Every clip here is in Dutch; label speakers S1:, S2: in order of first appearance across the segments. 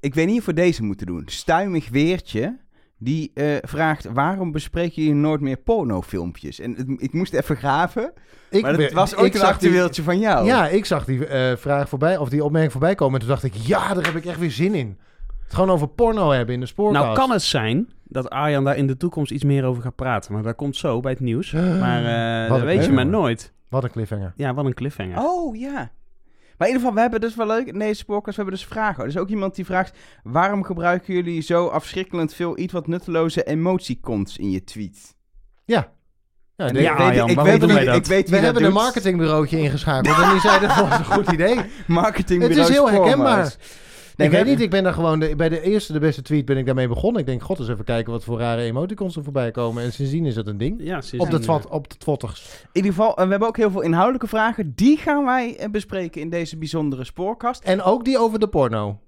S1: ik weet niet of we deze moeten doen. Stuimig Weertje, die eh, vraagt... waarom bespreek je nooit meer pornofilmpjes? En het- ik moest even graven,
S2: Ik
S1: maar
S2: ben-
S1: het was ook
S2: ik
S1: een
S2: zag die-
S1: actueeltje van jou.
S2: Ja, ik zag die eh, vraag voorbij, of die opmerking voorbij komen. En toen dacht ik, ja, daar heb ik echt weer zin in. Het gewoon over porno hebben in de spoorkast.
S3: Nou kan het zijn dat Arjan daar in de toekomst iets meer over gaat praten. Maar dat komt zo bij het nieuws. Maar eh,
S2: Wat een
S3: dat weet je maar
S2: cliffhanger.
S3: nooit.
S2: Wat een cliffhanger.
S3: Ja, wat een cliffhanger.
S1: Oh, ja. Maar in ieder geval, we hebben dus wel leuk... In deze podcast, we hebben dus vragen. Er is ook iemand die vraagt... waarom gebruiken jullie zo afschrikkelend veel... iets wat nutteloze emoticons in je tweet?
S2: Ja. Ja,
S1: En
S2: denk-
S3: Ja,
S1: ik weet,
S3: Arjan,
S1: ik
S3: waarom
S1: weet,
S3: doen
S1: wie-
S3: wij dat?
S1: Ik weet
S2: we
S1: wie dat
S2: hebben een
S1: doet.
S2: marketingbureautje ingeschakeld en die zeiden dat was een goed idee. Het
S1: marketingbureau
S2: is heel
S1: Spormars.
S2: herkenbaar.
S1: Nee,
S2: ik
S1: we-
S2: weet niet, ik ben daar gewoon de- bij de eerste de beste tweet ben ik daarmee begonnen. Ik denk, god, eens even kijken wat voor rare emoticons er voorbij komen. En sindsdien is dat een ding.
S3: Ja, sinds-
S1: eh,
S2: Op de, twat, op de twotters.
S1: In ieder geval, eh, we hebben ook heel veel inhoudelijke vragen. Die gaan wij eh, bespreken in deze bijzondere spoorkast.
S2: En ook die over de porno.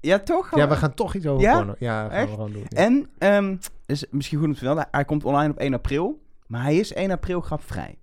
S1: Ja, toch?
S2: Ja, we gaan toch iets over
S1: Ja?
S2: porno. Ja, gaan
S1: Echt?
S2: we gewoon doen. Ja.
S1: En, ehm, is misschien goed om te melden, hij komt online op 1 april. Maar hij is 1 april grapvrij.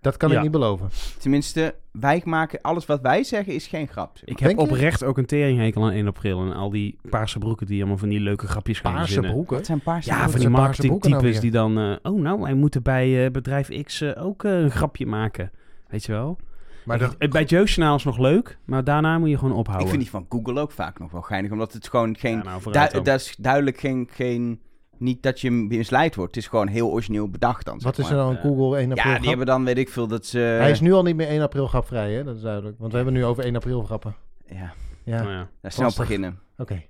S2: Dat kan
S3: Ja.
S2: ik niet beloven.
S1: Tenminste, wij maken alles wat wij zeggen is geen grap. zeg
S3: Ik
S1: maar.
S3: heb
S2: Denk je?
S3: oprecht ook een teringhekel aan 1 april. En al die paarse broeken die allemaal van die leuke grapjes gaan
S2: Paarse
S3: verzinnen.
S2: broeken.
S1: Het zijn paarse
S3: Ja,
S1: broeken.
S3: van
S2: Wat
S3: die
S2: zijn paarse broeken nou
S3: marketingtypes
S2: weer?
S3: die dan... eh, oh, nou, wij moeten bij eh, bedrijf X eh, ook eh, een grapje maken. Weet je wel?
S2: Maar
S3: Ik- eh, Bij het jeugdjournaal is nog leuk, maar daarna moet je gewoon ophouden.
S1: Ik vind die van Google ook vaak nog wel geinig. Omdat het gewoon geen...
S3: Ja, nou,
S1: du-
S3: vooruit dan.
S1: dat is duidelijk geen... geen niet dat je misleid wordt. Het is gewoon heel origineel bedacht dan. zeg
S2: Wat is er
S1: maar.
S2: nou een Google 1 april
S1: Ja,
S2: grap?
S1: die hebben dan, weet ik veel, dat ze...
S2: Hij is nu al niet meer 1 april grapvrij, hè? Dat is duidelijk. Want we hebben nu over 1 april grappen.
S1: Oh Ja,
S2: Ja,
S3: Nou ja.
S1: daar snel
S2: Lastig.
S1: beginnen.
S2: oké.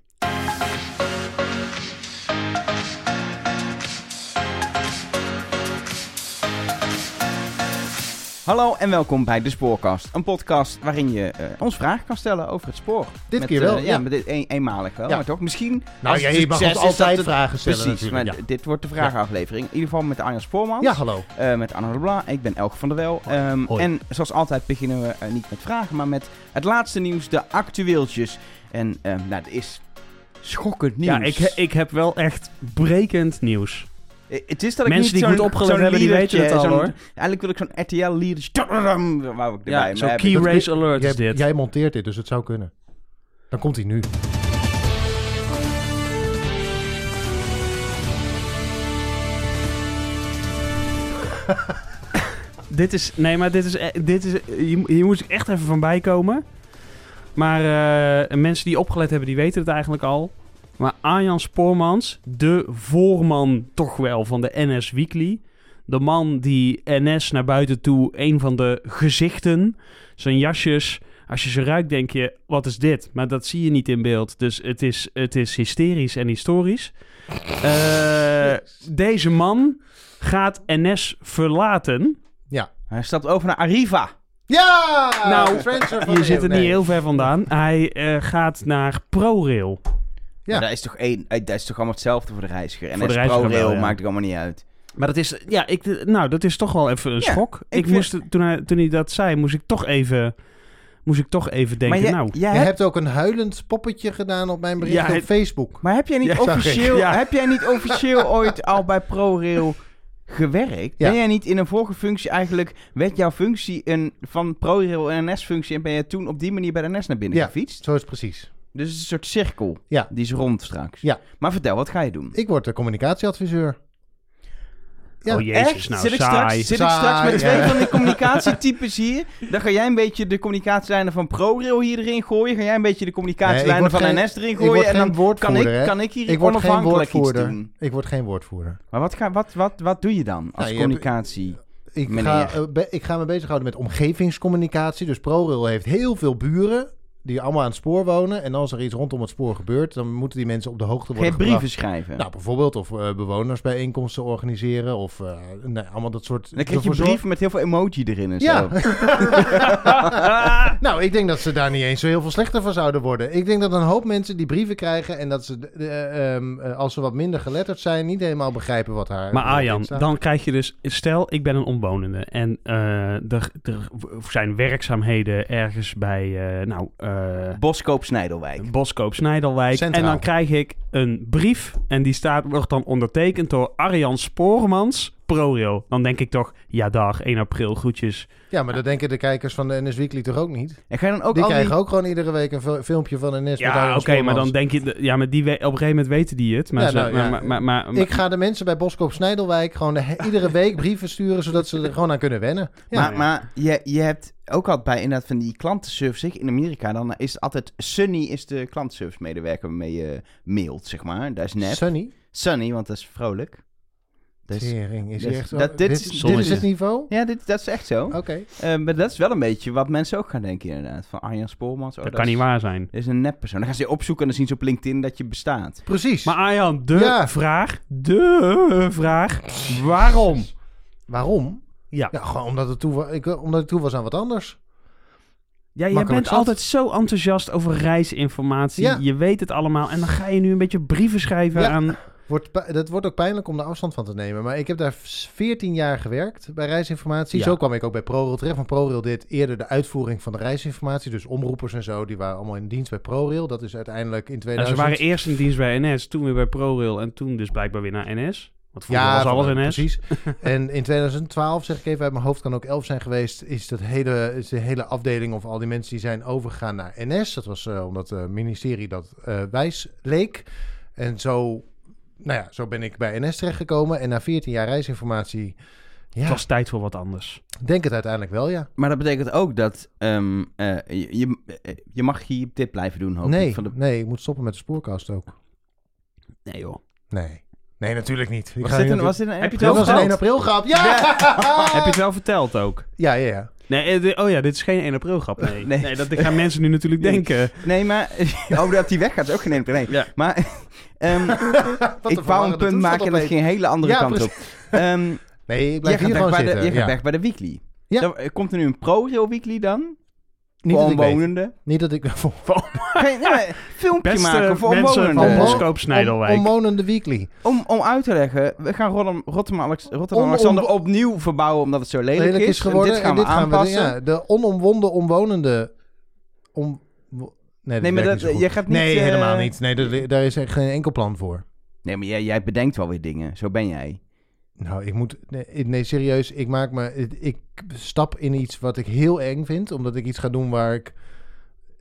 S1: Hallo en welkom bij De Spoorkast. Een podcast waarin je eh, ons vragen kan stellen over het spoor.
S2: Dit
S1: Met,
S2: keer wel,
S1: eh, ja,
S2: ja.
S1: met dit een, eenmalig wel,
S2: Ja.
S1: maar toch? Misschien...
S2: Nou,
S1: als
S2: ja,
S1: het
S2: je mag
S1: succes
S2: ons
S1: is, dat
S2: altijd
S1: het-
S2: vragen stellen
S1: Precies, maar
S2: natuurlijk.
S1: d- dit wordt de vragenaflevering. In ieder geval met Arjan Spoorman.
S2: Ja, hallo.
S1: eh, met Arno de Bla, ik ben Elke van der Wel. Ehm,
S2: Hoi.
S1: En zoals altijd beginnen we eh, niet met vragen, maar met het laatste nieuws, de actueeltjes. En ehm nou, dat is schokkend nieuws.
S3: Ja, ik, ik heb wel echt brekend nieuws.
S1: Eh, Het is dat ik
S3: Mensen
S1: niet
S3: die
S1: zo'n-
S3: goed opgelet
S1: zo'n
S3: hebben, die
S1: liedertje,
S3: weten het al,
S1: zo'n-
S3: hoor.
S1: Eigenlijk wil ik zo'n RTL-liedertje... Wou ik erbij,
S3: Ja,
S1: maar
S3: zo'n
S1: heb
S3: key
S1: ik-
S2: dat-
S3: race alert
S2: Jij,
S3: is dit.
S2: jij monteert dit, dus het zou kunnen. Dan komt hij nu.
S3: Dit is, nee, maar dit is, eh, dit is eh, hier, hier moest ik echt even van bijkomen. Maar eh, mensen die opgelet hebben, die weten het eigenlijk al. Maar Arjan Spoormans, de voorman toch wel van de NS Weekly. De man die NS naar buiten toe, een van de gezichten, zijn jasjes. Als je ze ruikt, denk je, wat is dit? Maar dat zie je niet in beeld. Dus het is, het is hysterisch en historisch. Eh, deze man gaat NS verlaten.
S1: Hij stapt over naar Arriva.
S2: Ja!
S3: Nou,
S2: Transfer van
S3: Je
S2: de
S3: zit er
S2: eeuw.
S3: niet
S2: Nee.
S3: heel ver vandaan. Hij eh, gaat naar ProRail.
S2: Ja.
S1: Ja. Dat is toch één, eh, dat is toch allemaal hetzelfde voor de reiziger. En
S3: Voor
S1: als
S3: de reiziger
S1: ProRail
S3: wel, ja.
S1: maakt het allemaal niet uit.
S3: Maar dat is, ja, ik, nou, dat is toch wel even een
S1: Ja,
S3: schok. Ik
S1: ik vind-
S3: moest, toen, hij, toen hij dat zei, moest ik toch even, moest ik toch even denken,
S1: maar jij-
S3: nou...
S1: jij
S2: Je
S1: hebt-
S2: hebt ook een huilend poppetje gedaan op mijn bericht
S3: Ja,
S2: op
S3: het-
S2: Facebook.
S1: maar heb jij niet
S2: Ja, zag ik.
S1: officieel,
S3: Ja.
S1: heb jij niet officieel ooit al bij ProRail gewerkt?
S2: Ja.
S1: Ben jij niet in een vorige functie eigenlijk, werd jouw functie een, van ProRail een NS-functie en ben je toen op die manier bij de NS naar binnen
S2: Ja.
S1: gefietst?
S2: Zo is het precies.
S1: Dus het is een soort cirkel.
S2: Ja.
S1: Die is rond straks.
S2: Ja.
S1: Maar vertel, wat ga je doen?
S2: Ik word de communicatieadviseur. Ja,
S3: oh jezus,
S1: Echt?
S3: nou
S1: zit ik
S3: saai.
S1: straks, zit ik straks
S2: Saai,
S1: met twee
S2: ja.
S1: van die communicatietypes hier? Dan ga jij een beetje de communicatielijnen van ProRail hier erin gooien. Ga jij een beetje de communicatielijnen
S2: Nee, ik word
S1: van
S2: geen-
S1: NS erin
S2: ik word
S1: gooien. En
S2: geen
S1: dan kan
S2: woordvoerder,
S1: ik,
S2: hè.
S1: kan ik hier
S2: Ik word geen
S1: onafhankelijk iets
S2: woordvoerder.
S1: doen.
S2: Ik word geen woordvoerder.
S1: Maar wat, ga, wat, wat, wat doe je dan als
S2: Nou, je hebt-
S1: communicatie?
S2: Ik ga,
S1: Meneer.
S2: eh, be- ik ga me bezighouden met omgevingscommunicatie. Dus ProRail heeft heel veel buren die allemaal aan het spoor wonen. En als er iets rondom het spoor gebeurt, dan moeten die mensen op de hoogte worden
S1: Geen brieven
S2: gebracht.
S1: schrijven.
S2: Nou, bijvoorbeeld of eh, bewonersbijeenkomsten organiseren of eh, nee, allemaal dat soort...
S1: dan krijg je
S2: ervoor
S1: een brief
S2: zorgen-
S1: met heel veel emoji erin en zo.
S2: Ja. nou, ik denk dat ze daar niet eens zo heel veel slechter van zouden worden. Ik denk dat een hoop mensen die brieven krijgen en dat ze, eh, ehm, eh, als ze wat minder geletterd zijn, niet helemaal begrijpen wat haar...
S3: Maar
S2: wat erin
S3: Arjan,
S2: staat.
S3: dan krijg je dus... Stel, ik ben een omwonende en eh, er, er zijn werkzaamheden ergens bij, eh, nou... eh,
S1: Boskoop Snijdelwijk.
S3: Boskoop Snijdelwijk.
S2: Centraal.
S3: En dan krijg ik een brief. En die staat, wordt dan ondertekend door Arjan Spoormans, ProRail. Dan denk ik toch, ja dag, 1 april, groetjes.
S2: Ja, maar dat denken de kijkers van de NS Weekly toch ook niet?
S1: En ga je dan ook
S2: die
S1: al die-
S2: krijgen ook gewoon iedere week een fil- filmpje van NS met
S3: ja,
S2: Arjan
S3: oké, maar dan
S2: Spoormans.
S3: denk je... Ja, maar die we- op een gegeven moment weten die het. Maar,
S2: Ja,
S3: ze-
S2: nou, ja.
S3: maar, maar, maar, maar-
S2: Ik ga de mensen bij Boskoop Snijdelwijk gewoon de he- iedere week brieven sturen... zodat ze er gewoon aan kunnen wennen. Ja.
S1: maar maar je, je hebt ook altijd bij inderdaad van die klantenservice in Amerika, dan is het altijd Sunny is de klantenservice medewerker waarmee je mailt, zeg maar. Dat is net.
S2: Sunny,
S1: Sunny, want dat is vrolijk. Dat is,
S2: tering, is
S1: dus-
S2: hij echt... zo-
S1: dat- dit
S2: dit,
S1: is-
S2: dit, is
S3: Zonnetje.
S2: het niveau?
S1: ja, dit, dat is echt zo.
S3: Oh.
S2: Oké.
S1: Eh, maar dat is wel een beetje wat mensen ook gaan denken inderdaad. Van Arjan Spoormans. oh,
S3: dat kan
S1: is-
S3: niet waar zijn.
S1: Dat is een neppersoon. Dan gaan ze je opzoeken en dan zien ze op LinkedIn dat je bestaat.
S2: Precies.
S3: Maar Arjan, de
S2: Ja.
S3: vraag, de vraag, waarom?
S2: Waarom?
S3: Ja.
S2: Ja, gewoon omdat het toe, wa- ik, omdat het toe was aan wat anders.
S3: Ja, jij
S2: Makkelijk
S3: bent
S2: zat.
S3: altijd zo enthousiast over reisinformatie.
S2: Ja.
S3: Je weet het allemaal. En dan ga je nu een beetje brieven schrijven
S2: Ja.
S3: aan...
S2: Wordt, pi- dat wordt ook pijnlijk om daar afstand van te nemen. Maar ik heb daar 14 jaar gewerkt bij reisinformatie.
S3: Ja.
S2: Zo kwam ik ook bij ProRail terecht. Want ProRail deed eerder de uitvoering van de reisinformatie. Dus omroepers en zo, die waren allemaal in dienst bij ProRail. Dat is uiteindelijk in
S3: En ze
S2: 2000...
S3: waren eerst in dienst bij NS, toen weer bij ProRail en toen dus blijkbaar weer naar NS. Want vroeger was alles
S2: van-
S3: NS.
S2: Precies. en in 2012, zeg ik even uit mijn hoofd, kan ook 11 zijn geweest, is, dat hele, is de hele afdeling of al die mensen die zijn overgegaan naar NS. Dat was eh, omdat het ministerie dat eh, wijs leek. En zo, nou ja, zo ben ik bij NS terechtgekomen. En na 14 jaar reisinformatie, ja,
S3: Het was tijd voor wat anders.
S2: denk het uiteindelijk wel, ja.
S1: Maar dat betekent ook dat ehm, eh, je, je, eh, je mag hier dit blijven doen, hoop
S2: Nee,
S1: ik. Van de...
S2: nee, ik moet stoppen met de spoorkast ook.
S3: Nee joh.
S2: Nee. Nee, natuurlijk niet. Ik
S1: Was
S2: ga
S1: dit
S2: hier
S1: een,
S2: natuurlijk-
S1: nou- was dit een
S3: Heb je
S2: Dit
S1: erg-
S3: wel
S2: was een
S3: verteld?
S2: 1 april grap. Ja!
S3: Heb je het wel verteld ook?
S2: Ja, ja, ja.
S3: Nee, eh, di- oh ja, dit is geen 1 april grap. Nee,
S1: Nee.
S3: nee. dat gaan mensen nu natuurlijk
S1: Nee.
S3: denken.
S1: Nee, maar... Oh, dat hij weggaat is ook geen enkel. Nee.
S3: Ja.
S1: Maar ehm,
S2: Wat
S1: ik
S2: een
S1: wou
S2: verwarrende
S1: een punt
S2: toestand
S1: maken en dat
S2: opeens.
S1: ging een hele andere
S2: Ja,
S1: kant op. Ehm,
S2: Nee, ik
S1: jij
S2: blijf
S1: gaat,
S2: hier
S1: weg bij,
S2: gewoon
S1: de,
S2: zitten.
S1: jij gaat
S2: ja.
S1: weg bij de weekly.
S2: Ja.
S1: Dan, eh, komt er nu een pro-rail weekly dan?
S2: Niet
S1: voor
S2: dat ik weet.
S1: omwonenden?
S2: Niet dat ik voor
S1: Ga je- nee, maar een filmpje
S3: Beste
S1: maken voor
S3: mensen
S1: omwonenden.
S3: van
S2: Om-
S3: Boskoop Snijdelwijk.
S2: omwonende weekly.
S1: Om, om uit te leggen, we gaan Rotterdam, Rotterdam, Alex- Rotterdam
S2: Om-
S1: Alexander opnieuw verbouwen omdat het zo lelijk,
S2: Lelijk is
S1: En
S2: geworden.
S1: dit gaan we aanpassen.
S2: ja, de onomwonden omwonende... Om, wo- nee,
S1: Nee, maar
S2: werkt
S1: dat,
S2: niet
S1: jij
S2: zo goed.
S1: gaat niet...
S2: nee,
S1: eh,
S2: helemaal niet. Nee, daar- daar is echt geen enkel plan voor.
S1: Nee, maar jij, jij bedenkt wel weer dingen. Zo ben jij.
S2: Nou, ik moet... Nee, nee, serieus. Ik maak me... Ik stap in iets wat ik heel eng vind. Omdat ik iets ga doen waar ik...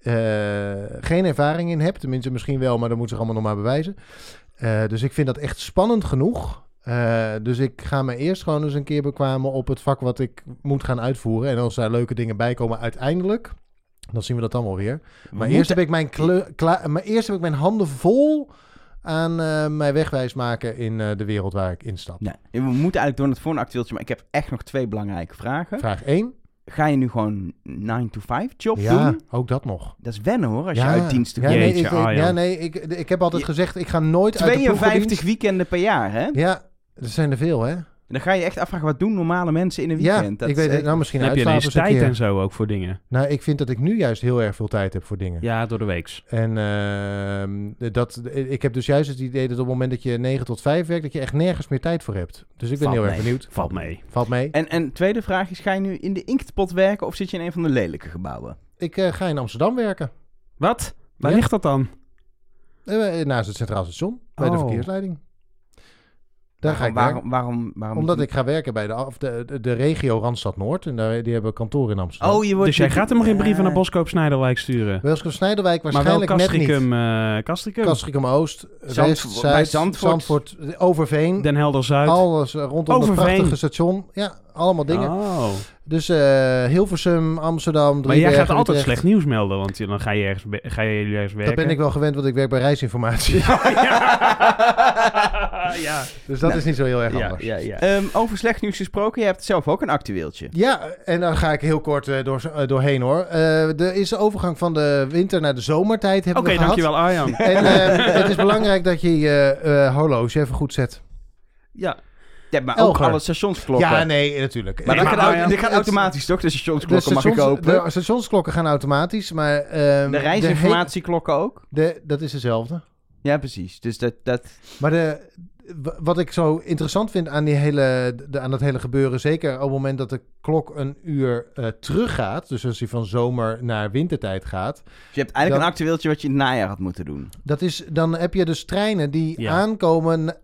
S2: eh, geen ervaring in heb. Tenminste, misschien wel, maar dat moet zich allemaal nog maar bewijzen. Eh, dus ik vind dat echt spannend genoeg. Eh, dus ik ga me eerst gewoon eens een keer bekwamen op het vak wat ik moet gaan uitvoeren. En als daar leuke dingen bij komen uiteindelijk, dan zien we dat dan wel weer. Maar eerst, heb ik mijn kleu- kla- maar eerst heb ik mijn handen vol aan eh, mijn wegwijs maken in eh, de wereld waar ik instap.
S1: Nee, we moeten eigenlijk door naar het volgende actueeltje, maar ik heb echt nog twee belangrijke vragen.
S2: Vraag 1.
S1: Ga je nu gewoon 9 to 5 job
S2: Ja,
S1: doen?
S2: ook dat nog.
S1: Dat is wennen hoor, als
S2: ja.
S1: je uit dienst
S2: ja,
S1: komt.
S2: nee,
S3: Jeetje,
S2: ik, ik-
S3: Arjan.
S2: ja, nee, ik, ik heb altijd
S1: Je-
S2: gezegd, ik ga nooit uit de
S1: 52
S2: ploegendienst.
S1: weekenden per jaar, hè?
S2: Ja, dat zijn er veel, hè?
S1: En dan ga je echt afvragen, wat doen normale mensen in een
S2: Ja,
S1: weekend? Dat
S2: ik
S1: is eh,
S2: weet het.
S1: echt-
S2: Nou, misschien
S3: Dan heb je
S2: uitslapen
S3: ineens
S2: eens een
S3: tijd
S2: keer.
S3: en zo ook voor dingen.
S2: Nou, ik vind dat ik nu juist heel erg veel tijd heb voor dingen.
S3: Ja, door de weeks.
S2: En ehm, dat, ik heb dus juist het idee dat op het moment dat je 9 tot 5 werkt, dat je echt nergens meer tijd voor hebt. Dus ik ben
S3: Valt
S2: heel erg
S3: mee.
S2: benieuwd.
S3: Valt mee.
S2: Valt mee.
S1: En, en tweede vraag is, ga je nu in de inktpot werken of zit je in een van de lelijke gebouwen?
S2: Ik eh, ga in Amsterdam werken.
S3: Wat? Waar
S2: Ja.
S3: ligt dat dan?
S2: Eh, naast het Centraal Station, bij de
S3: Oh.
S2: verkeersleiding. Daar ga ik
S1: waarom,
S2: werken.
S1: waarom, waarom, waarom-
S2: Omdat ik ga werken bij de, af- de, de, de regio Randstad Noord. En daar, die hebben kantoor in Amsterdam.
S1: Oh, je wordt...
S3: Dus jij gaat hem geen brieven naar
S1: Eh,
S3: Boskoop Snijderwijk sturen?
S2: Welskop Snijderwijk
S3: Maar wel
S2: waarschijnlijk net niet.
S3: Castricum, eh Castricum,
S2: Kastricum Oost,
S1: Zandvo-
S2: West,
S1: bij
S2: Zuid,
S1: Zandvoort.
S2: Zandvoort, Overveen.
S3: Den Helder Zuid.
S2: Alles eh, rondom
S3: Overveen.
S2: het prachtige station. Ja, allemaal dingen.
S3: Oh.
S2: Dus eh, Hilversum, Amsterdam,
S3: Maar jij
S2: Driebergen,
S3: gaat altijd
S2: Utrecht.
S3: slecht nieuws melden, want je- dan ga je ergens, be- ga je jullie ergens werken.
S2: Dat ben ik wel gewend, want ik werk bij reisinformatie.
S3: ja. ja.
S2: Dus dat is niet zo heel erg
S3: Ja,
S2: anders. Ja,
S3: ja, ja.
S1: Ehm, over slecht nieuws gesproken, je hebt zelf ook een actueeltje.
S2: en dan ga ik heel kort eh, door, eh, doorheen hoor. Eh er is de overgang van de winter naar de zomertijd
S3: Oké,
S2: hebben we gehad.
S3: dankjewel Arjan.
S2: En eh, het is belangrijk dat je je eh, horloge even goed zet.
S3: ja.
S1: Ja, maar
S2: Elger.
S1: ook alle stationsklokken.
S2: Ja, nee, natuurlijk.
S1: Maar
S3: Nee,
S1: dat
S3: maar nou
S1: gaat,
S3: Arjan,
S1: dit gaat
S2: het-
S1: automatisch toch? De
S2: de,
S1: stationsklokken mag ik
S2: stations,
S1: kopen.
S2: de
S1: De,
S2: stationsklokken gaan automatisch, maar... ehm, he-
S1: reisinformatieklokken ook?
S2: de- dat is hetzelfde.
S1: Ja, precies. Dus dat... dat
S2: Maar de, w- wat ik zo interessant vind aan, die hele, de, aan dat hele gebeuren, zeker op het moment dat de klok een uur eh, teruggaat, dus als hij van zomer naar wintertijd gaat,
S1: dus je hebt eigenlijk
S2: Ja.
S1: een actueeltje wat je in het najaar had moeten doen.
S2: dat is, dan heb je dus treinen die
S3: Ja.
S2: aankomen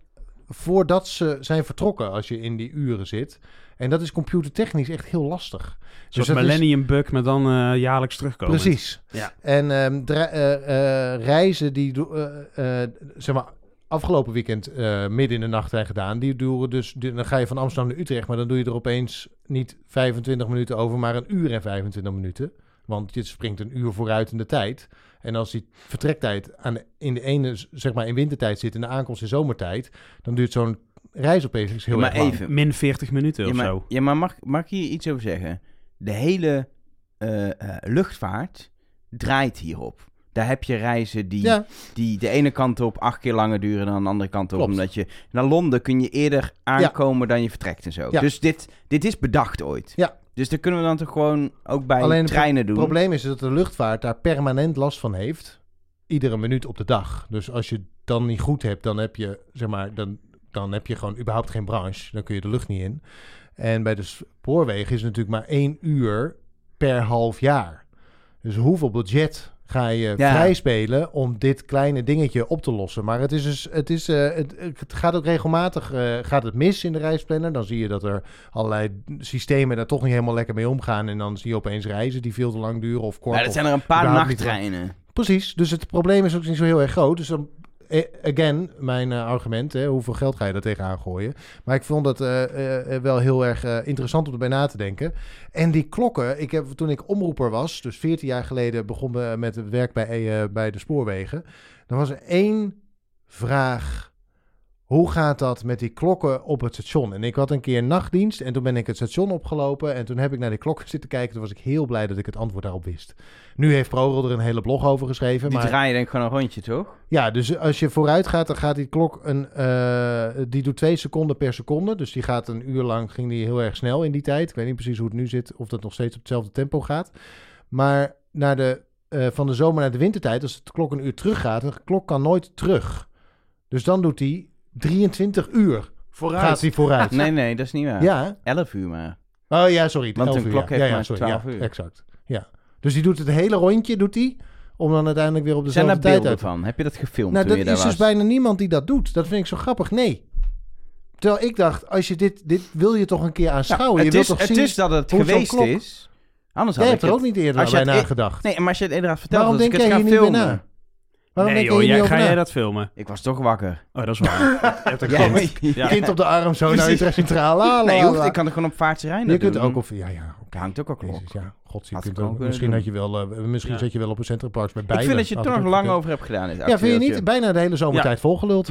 S2: voordat ze zijn vertrokken als je in die uren zit. En dat is computertechnisch echt heel lastig. Dus
S3: Zo'n
S2: dat is-
S3: Millennium Bug, maar dan eh, jaarlijks terugkomen.
S2: Precies.
S3: Ja.
S2: En ehm, dra- eh, eh, reizen die do- eh, eh, zeg maar, afgelopen weekend eh, midden in de nacht zijn gedaan, die duren dus, die- dan ga je van Amsterdam naar Utrecht, maar dan doe je er opeens niet 25 minuten over, maar een uur en 25 minuten. Want je springt een uur vooruit in de tijd. En als die vertrektijd aan de- in de ene, z- zeg maar in wintertijd zit en de aankomst in zomertijd, dan duurt zo'n reis opeens heel
S1: maar
S2: erg lang.
S1: even.
S3: Min 40 minuten
S1: Ja,
S3: of
S1: maar,
S3: zo.
S1: ja, maar mag, mag ik hier iets over zeggen? De hele eh, eh, luchtvaart draait hierop. Daar heb je reizen die,
S2: Ja,
S1: die de ene kant op acht keer langer duren dan de andere kant op.
S2: Klopt.
S1: Omdat je naar Londen kun je eerder aankomen dan je vertrekt en zo.
S2: Ja.
S1: Dus dit, dit is bedacht ooit.
S2: Ja.
S1: Dus dat kunnen we dan toch gewoon ook bij
S2: Alleen het
S1: treinen
S2: Het
S1: doen.
S2: probleem is dat de luchtvaart daar permanent last van heeft. Iedere minuut op de dag. Dus als je het dan niet goed hebt, dan heb je, zeg maar, dan, dan heb je gewoon überhaupt geen branche. Dan kun je de lucht niet in. En bij de spoorwegen is het natuurlijk maar één uur per half jaar. Dus hoeveel budget ga je
S1: Ja.
S2: vrijspelen om dit kleine dingetje op te lossen? Maar het, is dus, het, is, eh, het, het gaat ook regelmatig eh, gaat het mis in de reisplanner. Dan zie je dat er allerlei systemen daar toch niet helemaal lekker mee omgaan. En dan zie je opeens reizen die veel te lang duren of kort.
S1: Maar dat
S2: of-
S1: zijn er een paar
S2: überhaupt niet
S1: nachttreinen.
S2: Precies, dus het probleem is ook niet zo heel erg groot. Dus dan, eh, again, mijn eh, argument, hè, hoeveel geld ga je daar tegenaan gooien? Maar ik vond dat eh, eh, eh, wel heel erg eh, interessant om erbij na te denken. En die klokken, ik heb, toen ik omroeper was, dus 14 jaar geleden begon we met het werk bij, eh, bij de spoorwegen. Dan was er één vraag. Hoe gaat dat met die klokken op het station? En ik had een keer nachtdienst en toen ben ik het station opgelopen. En toen heb ik naar die klokken zitten kijken. Toen was ik heel blij dat ik het antwoord daarop wist. Nu heeft ProRail er een hele blog over geschreven.
S1: Die
S2: maar...
S1: draaien denk ik gewoon een rondje, toch?
S2: Ja, dus als je vooruit gaat, dan gaat die klok een. eh, die doet twee seconden per seconde. Dus die gaat een uur lang. ging die heel erg snel in die tijd. Ik weet niet precies hoe het nu zit. Of dat nog steeds op hetzelfde tempo gaat. Maar naar de, eh, van de zomer naar de wintertijd. als de klok een uur terug gaat. de klok kan nooit terug. Dus dan doet die 23 uur.
S3: Vooruit.
S2: Gaat die vooruit.
S1: Nee, nee, dat is niet waar.
S2: Ja.
S1: 11 uur maar.
S2: Oh ja, sorry.
S1: Want
S2: 11
S1: een
S2: uur,
S1: klok
S2: ja.
S1: heeft
S2: ja, ja,
S1: maar
S2: sorry,
S1: 12
S2: ja,
S1: uur.
S2: Exact. Ja. Dus die doet het hele rondje. doet die. Om dan uiteindelijk weer op
S1: Er zijn
S2: dezelfde
S1: daar
S2: tijd
S1: beelden
S2: uit
S1: van. Heb je dat gefilmd
S2: Nou,
S1: toen
S2: dat
S1: je daar
S2: is
S1: was?
S2: dus bijna niemand die dat doet. Dat vind ik zo grappig. Nee. Terwijl ik dacht, als je dit, dit wil je toch een keer
S1: Nou,
S2: aanschouwen. je
S1: het,
S2: wilt
S1: is,
S2: toch
S1: het
S2: zien.
S1: is dat het
S2: hoe zo'n
S1: geweest
S2: klok-
S1: is. Anders
S2: Jij
S1: had
S2: hebt
S1: ik
S2: er
S1: het...
S2: ook niet eerder
S1: als
S2: aan
S1: je
S2: bij
S1: het e-
S2: nagedacht.
S1: Nee, maar als je het inderdaad vertelt,
S2: Waarom
S1: dat ik
S2: denk
S1: het
S2: jij
S1: ga
S2: hier niet meer
S1: filmen.
S2: na? Waarom
S3: nee
S2: denk
S3: joh,
S2: je hier
S3: jij,
S2: niet eh,
S3: ga
S2: over
S3: jij
S2: na?
S3: dat filmen?
S1: Ik was toch wakker.
S3: Oh, dat is waar. Je hebt een
S1: Ja,
S3: kind.
S1: maar-
S3: Ja.
S2: Kind op de arm, zo naar
S1: Precies.
S2: Utrecht Centraal. La, la,
S1: Nee, hoeft,
S2: la.
S1: ik kan het gewoon op vaartje rijden.
S2: Je kunt
S1: doen.
S2: ook of ja, ja. oké.
S1: Er hangt ook al klok.
S2: Jezus, ja, gods, je
S1: Had
S2: kunt
S1: ik ook
S2: ook-
S1: kunnen
S2: misschien
S1: doen.
S2: had je wel, eh, misschien
S3: Ja.
S2: zat je wel op een centerparks met
S1: Ik
S2: bijen.
S1: vind dat je
S2: Had
S1: er nog
S2: ook
S1: lang
S2: gekund.
S1: over hebt gedaan. dit
S2: Ja, vind je niet?
S1: actueeltje.
S2: Bijna de hele zomertijd volgeluld.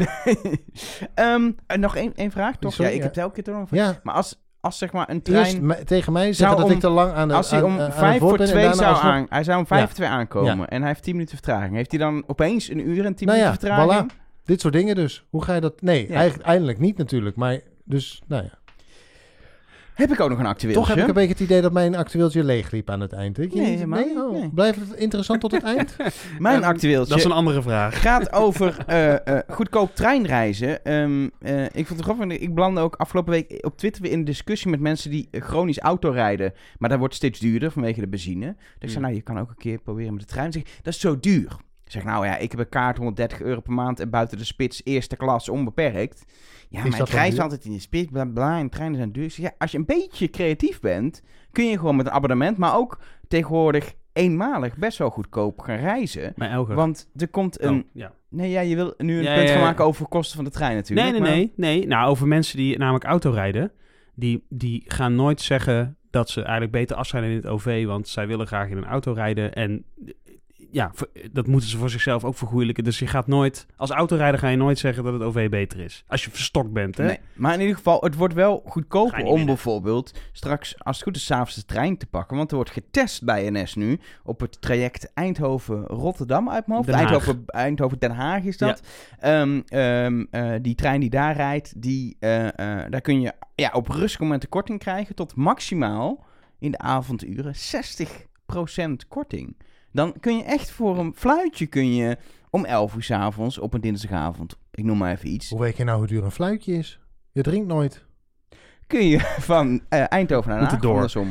S1: Ehm, en nog één, één vraag, toch?
S2: Sorry,
S1: ja, ik
S2: ja.
S1: heb het elke keer toch nog een
S2: Ja,
S1: vraag. Maar als, als zeg maar een
S2: eerst
S1: trein...
S2: me- tegen mij
S1: Zou
S2: zeggen dat
S1: om-
S2: ik te lang aan de
S1: Als hij
S2: aan-
S1: om
S2: aan het
S1: vijf
S2: woord
S1: voor
S2: ben en
S1: twee
S2: daarna
S1: zou
S2: alsnog-
S1: aan... Hij zou om vijf
S2: Ja.
S1: voor twee aankomen en hij heeft tien minuten vertraging. Heeft hij dan opeens een uur en tien
S2: Nou
S1: minuten
S2: ja,
S1: vertraging?
S2: Dit soort dingen dus. Hoe ga je dat... Nee,
S1: Ja.
S2: eigenlijk eindelijk niet natuurlijk. Maar dus, nou ja.
S1: Heb ik ook nog een actueeltje?
S2: Toch heb ik een beetje het idee dat mijn actueeltje leegliep aan het eind. Denk je
S1: Nee,
S2: niet?
S1: helemaal niet,
S2: Oh,
S1: nee.
S2: Blijft het interessant tot het eind?
S1: Mijn
S3: Ehm,
S1: actueeltje...
S3: Dat is een andere vraag.
S1: gaat over eh, eh, goedkoop treinreizen. Ehm, eh, ik vond het grappig. Ik belandde ook afgelopen week op Twitter weer in een discussie met mensen die eh, chronisch auto rijden. Maar dat wordt steeds duurder vanwege de benzine. Dus ik zei,
S3: Hmm.
S1: nou, je kan ook een keer proberen met de trein. Zeg, dat is zo duur. Ik zeg, nou ja, ik heb een kaart 130 euro per maand en buiten de spits eerste klas onbeperkt. Ja, maar ik
S2: dat dan
S1: reis
S2: duur?
S1: altijd in de spits, bla bla, en treinen zijn duur. Ik zeg, ja, als je een beetje creatief bent, kun je gewoon met een abonnement, maar ook tegenwoordig eenmalig best wel goedkoop gaan reizen.
S3: Mijn Elger.
S1: Want er komt
S3: Oh,
S1: een
S3: ja.
S1: Nee, ja, je wil nu een
S3: Ja,
S1: punt
S3: ja,
S1: gaan
S3: ja.
S1: maken over kosten van de trein natuurlijk.
S3: Nee, nee,
S1: maar-
S3: nee, nee. Nou, over mensen die namelijk auto rijden, die, die gaan nooit zeggen dat ze eigenlijk beter af zijn in het OV, want zij willen graag in een auto rijden. En ja, voor- dat moeten ze voor zichzelf ook vergoeilijken. Dus je gaat nooit, als autorijder ga je nooit zeggen dat het OV beter is. Als je verstokt bent, hè?
S1: Nee, Maar in ieder geval, het wordt wel
S3: Ga
S1: goedkoper
S3: je
S1: om
S3: niet winnen.
S1: bijvoorbeeld straks, als het goed is, 's avonds de trein te pakken. Want er wordt getest bij NS nu op het traject Eindhoven-Rotterdam uit mijn hoofd.
S3: Den Haag.
S1: Eindhoven- Eindhoven-Den Haag is dat. Ehm, ehm, eh, die trein die daar rijdt, die, eh, eh, daar kun je ja, op rustig moment een korting krijgen tot maximaal in de avonduren 60% korting. Dan kun je echt voor een fluitje kun je om 11 uur 's avonds op een dinsdagavond, ik noem maar even iets,
S2: Hoe weet je nou hoe duur een fluitje is? Je drinkt nooit.
S1: kun je van eh, Eindhoven naar Den
S3: Moeten
S1: Haag
S3: door.
S1: andersom.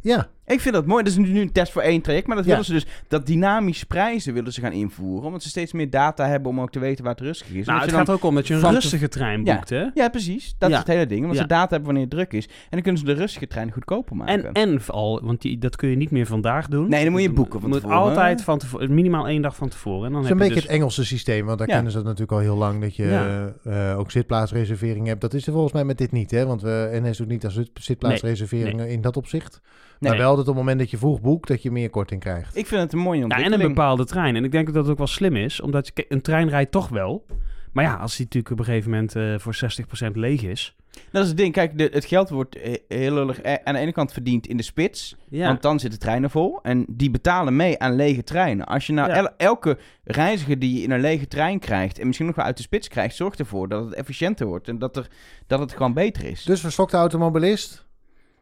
S2: Ja,
S1: Ik vind dat mooi. Dat is nu, nu een test voor één traject. Maar dat
S2: Ja.
S1: willen ze dus. Dat dynamische prijzen willen ze gaan invoeren. Omdat ze steeds meer data hebben om ook te weten waar het rustig is.
S4: Nou,
S1: Omdat
S4: het
S1: je dan-
S4: gaat ook om dat je een
S1: van te-
S4: rustige trein
S1: Ja.
S4: boekt, hè?
S1: Ja, precies. Dat
S4: Ja.
S1: is het hele ding. Want
S4: Ja.
S1: ze data hebben wanneer het druk is. En dan kunnen ze de rustige trein goedkoper maken.
S4: En, en al, want die, dat kun je niet meer vandaag doen.
S1: Nee, dan moet je boeken van
S4: moet
S1: tevoren.
S4: altijd van tevoren, minimaal één dag van tevoren. En dan
S2: Het is
S4: heb
S2: een beetje
S4: je dus,
S2: het Engelse systeem, want daar
S1: Ja.
S2: kennen ze dat natuurlijk al heel lang, dat je
S4: Ja.
S2: eh, ook zitplaatsreserveringen hebt. Dat is er volgens mij met dit niet, hè? want we, NS doet niet aan zit- zitplaatsreserveringen in dat opzicht. Maar
S4: Nee.
S2: wel dat op het moment dat je vroeg boekt, dat je meer korting krijgt.
S1: Ik vind het een mooie
S4: ja, en een
S1: ontwikkeling.
S4: bepaalde trein. En ik denk dat dat ook wel slim is, omdat je, kijk, een trein rijdt toch wel. Maar ja, als die natuurlijk op een gegeven moment eh, voor 60% leeg is.
S1: dat is het ding. Kijk, de- het geld wordt eh, heel lullig eh, aan de ene kant verdiend in de spits.
S4: Ja.
S1: Want dan zitten treinen vol. En die betalen mee aan lege treinen. Als je nou
S4: Ja.
S1: el- elke reiziger die je in een lege trein krijgt. en misschien nog wel uit de spits krijgt. zorgt ervoor dat het efficiënter wordt. en dat, er, dat het gewoon beter is.
S2: Dus verstokte automobilist,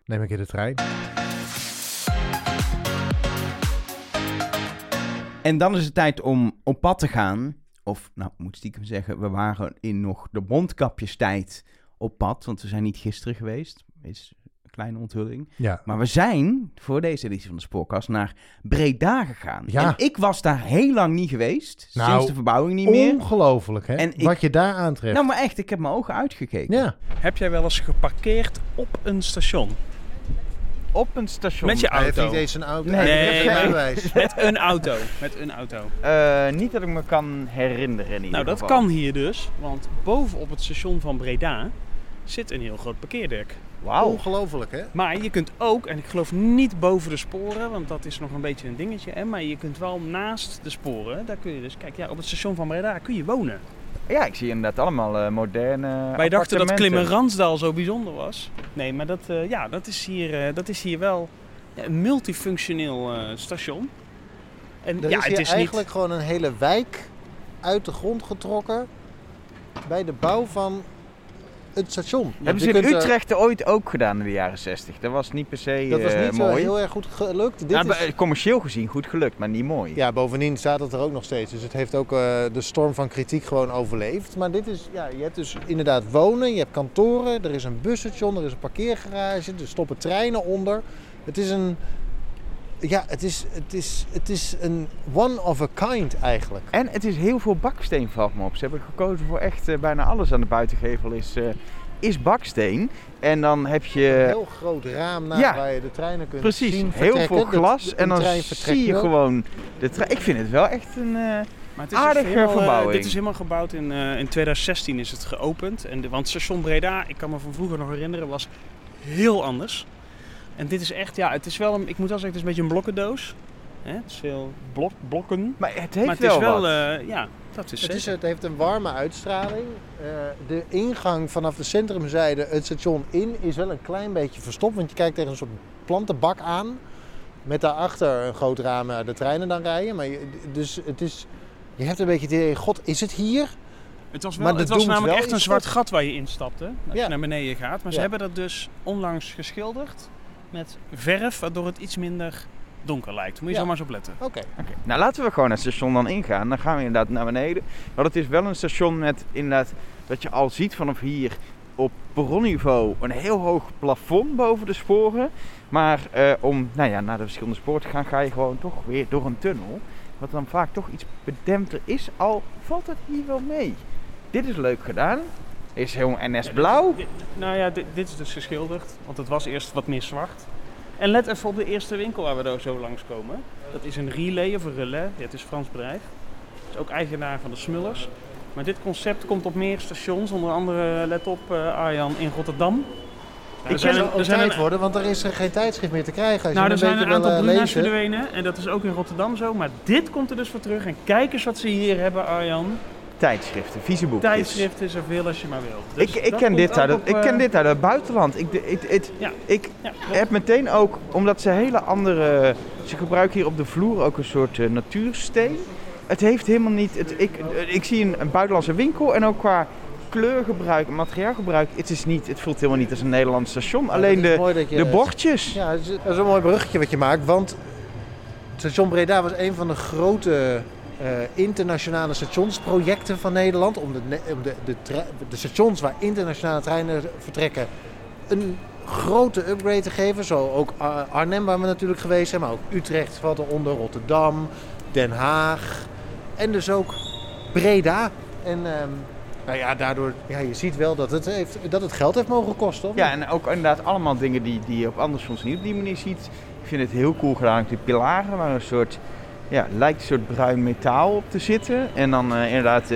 S2: neem ik in de trein.
S1: En dan is het tijd om op pad te gaan. Of, nou, ik moet stiekem zeggen, we waren in nog de mondkapjestijd op pad. Want we zijn niet gisteren geweest. Is een kleine onthulling.
S2: Ja,
S1: Maar we zijn voor deze editie van de Spoorkast naar Breda gegaan.
S2: Ja.
S1: En ik was daar heel lang niet geweest.
S2: Nou,
S1: sinds de verbouwing niet meer.
S2: ongelooflijk hè,
S1: En ik-
S2: wat je daar aantreft.
S1: Nou, maar echt, ik heb mijn ogen uitgekeken.
S2: ja,
S3: Heb jij wel eens geparkeerd op een station?
S1: Op een station.
S3: Met je
S2: hij heeft
S3: auto.
S2: niet eens een auto.
S1: Nee,
S2: Hij heeft
S3: nee,
S2: geen
S3: maar-
S2: rijbewijs.
S3: Met een auto. Met een auto.
S1: Eh, niet dat ik me kan herinneren. In ieder
S3: Nou, dat
S1: geval.
S3: kan hier dus, want boven op het station van Breda zit een heel groot parkeerdek.
S1: Wauw.
S2: Ongelooflijk hè.
S3: Maar je kunt ook, en ik geloof niet boven de sporen, want dat is nog een beetje een dingetje, hè, maar je kunt wel naast de sporen, daar kun je dus, kijk, ja, op het station van Breda kun je wonen.
S1: Ja, ik zie inderdaad allemaal eh, moderne.
S3: Wij dachten dat Klimmen
S1: appartementen.
S3: Ransdal zo bijzonder was. Nee, maar dat, eh, ja, dat, is, hier, eh, dat is hier wel ja, een multifunctioneel eh, station. En
S2: Er
S3: ja,
S2: is hier
S3: het is
S2: eigenlijk gewoon een hele wijk uit de grond getrokken bij de bouw van het station. Want
S1: Hebben
S2: je
S1: ze in
S2: kunt eh, er-
S1: Utrecht ooit ook gedaan in de jaren 60? Dat was niet per se
S2: dat was
S1: eh,
S2: niet zo
S1: mooi.
S2: heel erg goed gelukt. Dit
S1: Ja,
S2: is-
S1: maar, eh, Commercieel gezien goed gelukt, maar niet mooi.
S2: ja, bovendien staat het er ook nog steeds. Dus het heeft ook eh, de storm van kritiek gewoon overleefd. Maar dit is, ja, je hebt dus inderdaad wonen, je hebt kantoren, er is een busstation, er is een parkeergarage, er stoppen treinen onder. Het is een, ja, het is, het is, het is een one of a kind eigenlijk.
S1: En het is heel veel baksteen, valt me op. Ze hebben gekozen voor echt eh, bijna alles aan de buitengevel is, eh, is baksteen. En dan heb
S2: Een
S1: je
S2: heel groot raam naast
S1: ja.
S2: waar je de treinen kunt
S1: precies
S2: zien
S1: heel
S2: vertrekken.
S1: veel
S2: Dat-
S1: glas.
S2: een
S1: en dan
S2: trein vertrekt
S1: zie je
S2: wel.
S1: gewoon de trein. Ik vind het wel echt een. eh,
S3: Maar het
S1: Aardige
S3: dus helemaal, eh,
S1: verbouwing.
S3: dit is helemaal gebouwd in, eh, in 2016 is het geopend. En de, want station Breda, ik kan me van vroeger nog herinneren, was heel anders. En dit is echt, ja, het is wel een, ik moet wel zeggen, het is een beetje een blokkendoos. Hè? Het is veel blok, blokken.
S1: Maar het heeft
S3: maar het
S1: wel,
S3: is wel,
S1: wat.
S3: eh, ja, dat is
S2: Het,
S3: zeker.
S2: is, het heeft een warme uitstraling. Eh, de ingang vanaf de centrumzijde het station in is wel een klein beetje verstopt. Want je kijkt tegen een soort plantenbak aan. Met daarachter een groot raam waar de treinen dan rijden. Maar je, dus het is, je hebt een beetje het idee, god is het hier?
S3: Het was,
S2: Maar
S3: wel,
S2: dat
S3: het was
S2: doemt
S3: namelijk
S2: wel
S3: echt
S2: iets
S3: een zwart
S2: op.
S3: gat waar je instapte. Als
S2: Ja.
S3: je naar beneden gaat. Maar
S2: Ja.
S3: ze hebben dat dus onlangs geschilderd met verf, waardoor het iets minder donker lijkt. Moet je
S2: Ja.
S3: zo maar eens op letten.
S2: Oké.
S1: Oké, Nou, laten we gewoon naar het station dan ingaan. Dan gaan we inderdaad naar beneden. Want het is wel een station met inderdaad dat je al ziet vanaf hier op perronniveau een heel hoog plafond boven de sporen. Maar eh, om nou ja, naar de verschillende sporen te gaan, ga je gewoon toch weer door een tunnel. Wat dan vaak toch iets bedempter is, al valt het hier wel mee. Dit is leuk gedaan. Is heel NS blauw.
S3: Dit- nou ja, dit, dit is dus geschilderd, want het was eerst wat meer zwart. En let even op de eerste winkel waar we daar zo langskomen. Dat is een relay of een relais. Ja, het is een Frans bedrijf. Het is ook eigenaar van de Smullers. Maar dit concept komt op meer stations, onder andere, let op eh, Arjan, in Rotterdam.
S2: Ik
S3: zijn
S2: kan
S3: een-
S2: ook
S3: er zijn
S2: tijd
S3: een-
S2: worden, want er is er geen tijdschrift meer te krijgen. Als
S3: Nou,
S2: je
S3: er
S2: een
S3: zijn
S2: beetje
S3: een
S2: wil, eh,
S3: aantal bruna's
S2: lezen.
S3: verdwenen en dat is ook in Rotterdam zo. Maar dit komt er dus voor terug. En kijk eens wat ze hier hebben, Arjan.
S1: Tijdschriften, vieze boekjes.
S3: Tijdschriften, zoveel als je maar wilt.
S1: Ik,
S3: Dus
S1: ik,
S3: dat
S1: ken
S3: komt
S1: dit uit,
S3: ook
S1: het-
S3: op,
S1: ik
S3: eh,
S1: ken dit uit het buitenland. Ik, de- ik, het-
S3: Ja.
S1: ik,
S3: ja,
S1: Je hebt meteen ook, omdat ze hele andere. Ze gebruiken hier op de vloer ook een soort eh, natuursteen. Het heeft helemaal niet. Het, ik, eh, ik zie een, een buitenlandse winkel en ook qua kleurgebruik, materiaalgebruik. Het is niet. Het voelt helemaal niet als een Nederlands station.
S2: Ja,
S1: Alleen
S2: Oh, dat is
S1: de,
S2: mooi eh, dat je-
S1: de bordjes.
S2: Ja, dat is- dat is een mooi bruggetje wat je maakt, want station Breda was een van de grote eh, internationale stationsprojecten van Nederland. Om, de, ne- om de, de, tre- de stations waar internationale treinen vertrekken een grote upgrade te geven. Zo ook Ar- Arnhem, waar we natuurlijk geweest zijn, maar ook Utrecht valt eronder, Rotterdam, Den Haag en dus ook Breda. En ehm, nou ja, daardoor, ja, je ziet wel dat het, heeft, dat het geld heeft mogen kosten. of
S5: Ja,
S2: niet?
S5: en ook inderdaad allemaal dingen die, die je op andere soms niet op die manier ziet. Ik vind het heel cool gedaan. Die pilaren waar een soort, ja, lijkt een soort bruin metaal op te zitten. En dan eh, inderdaad, eh,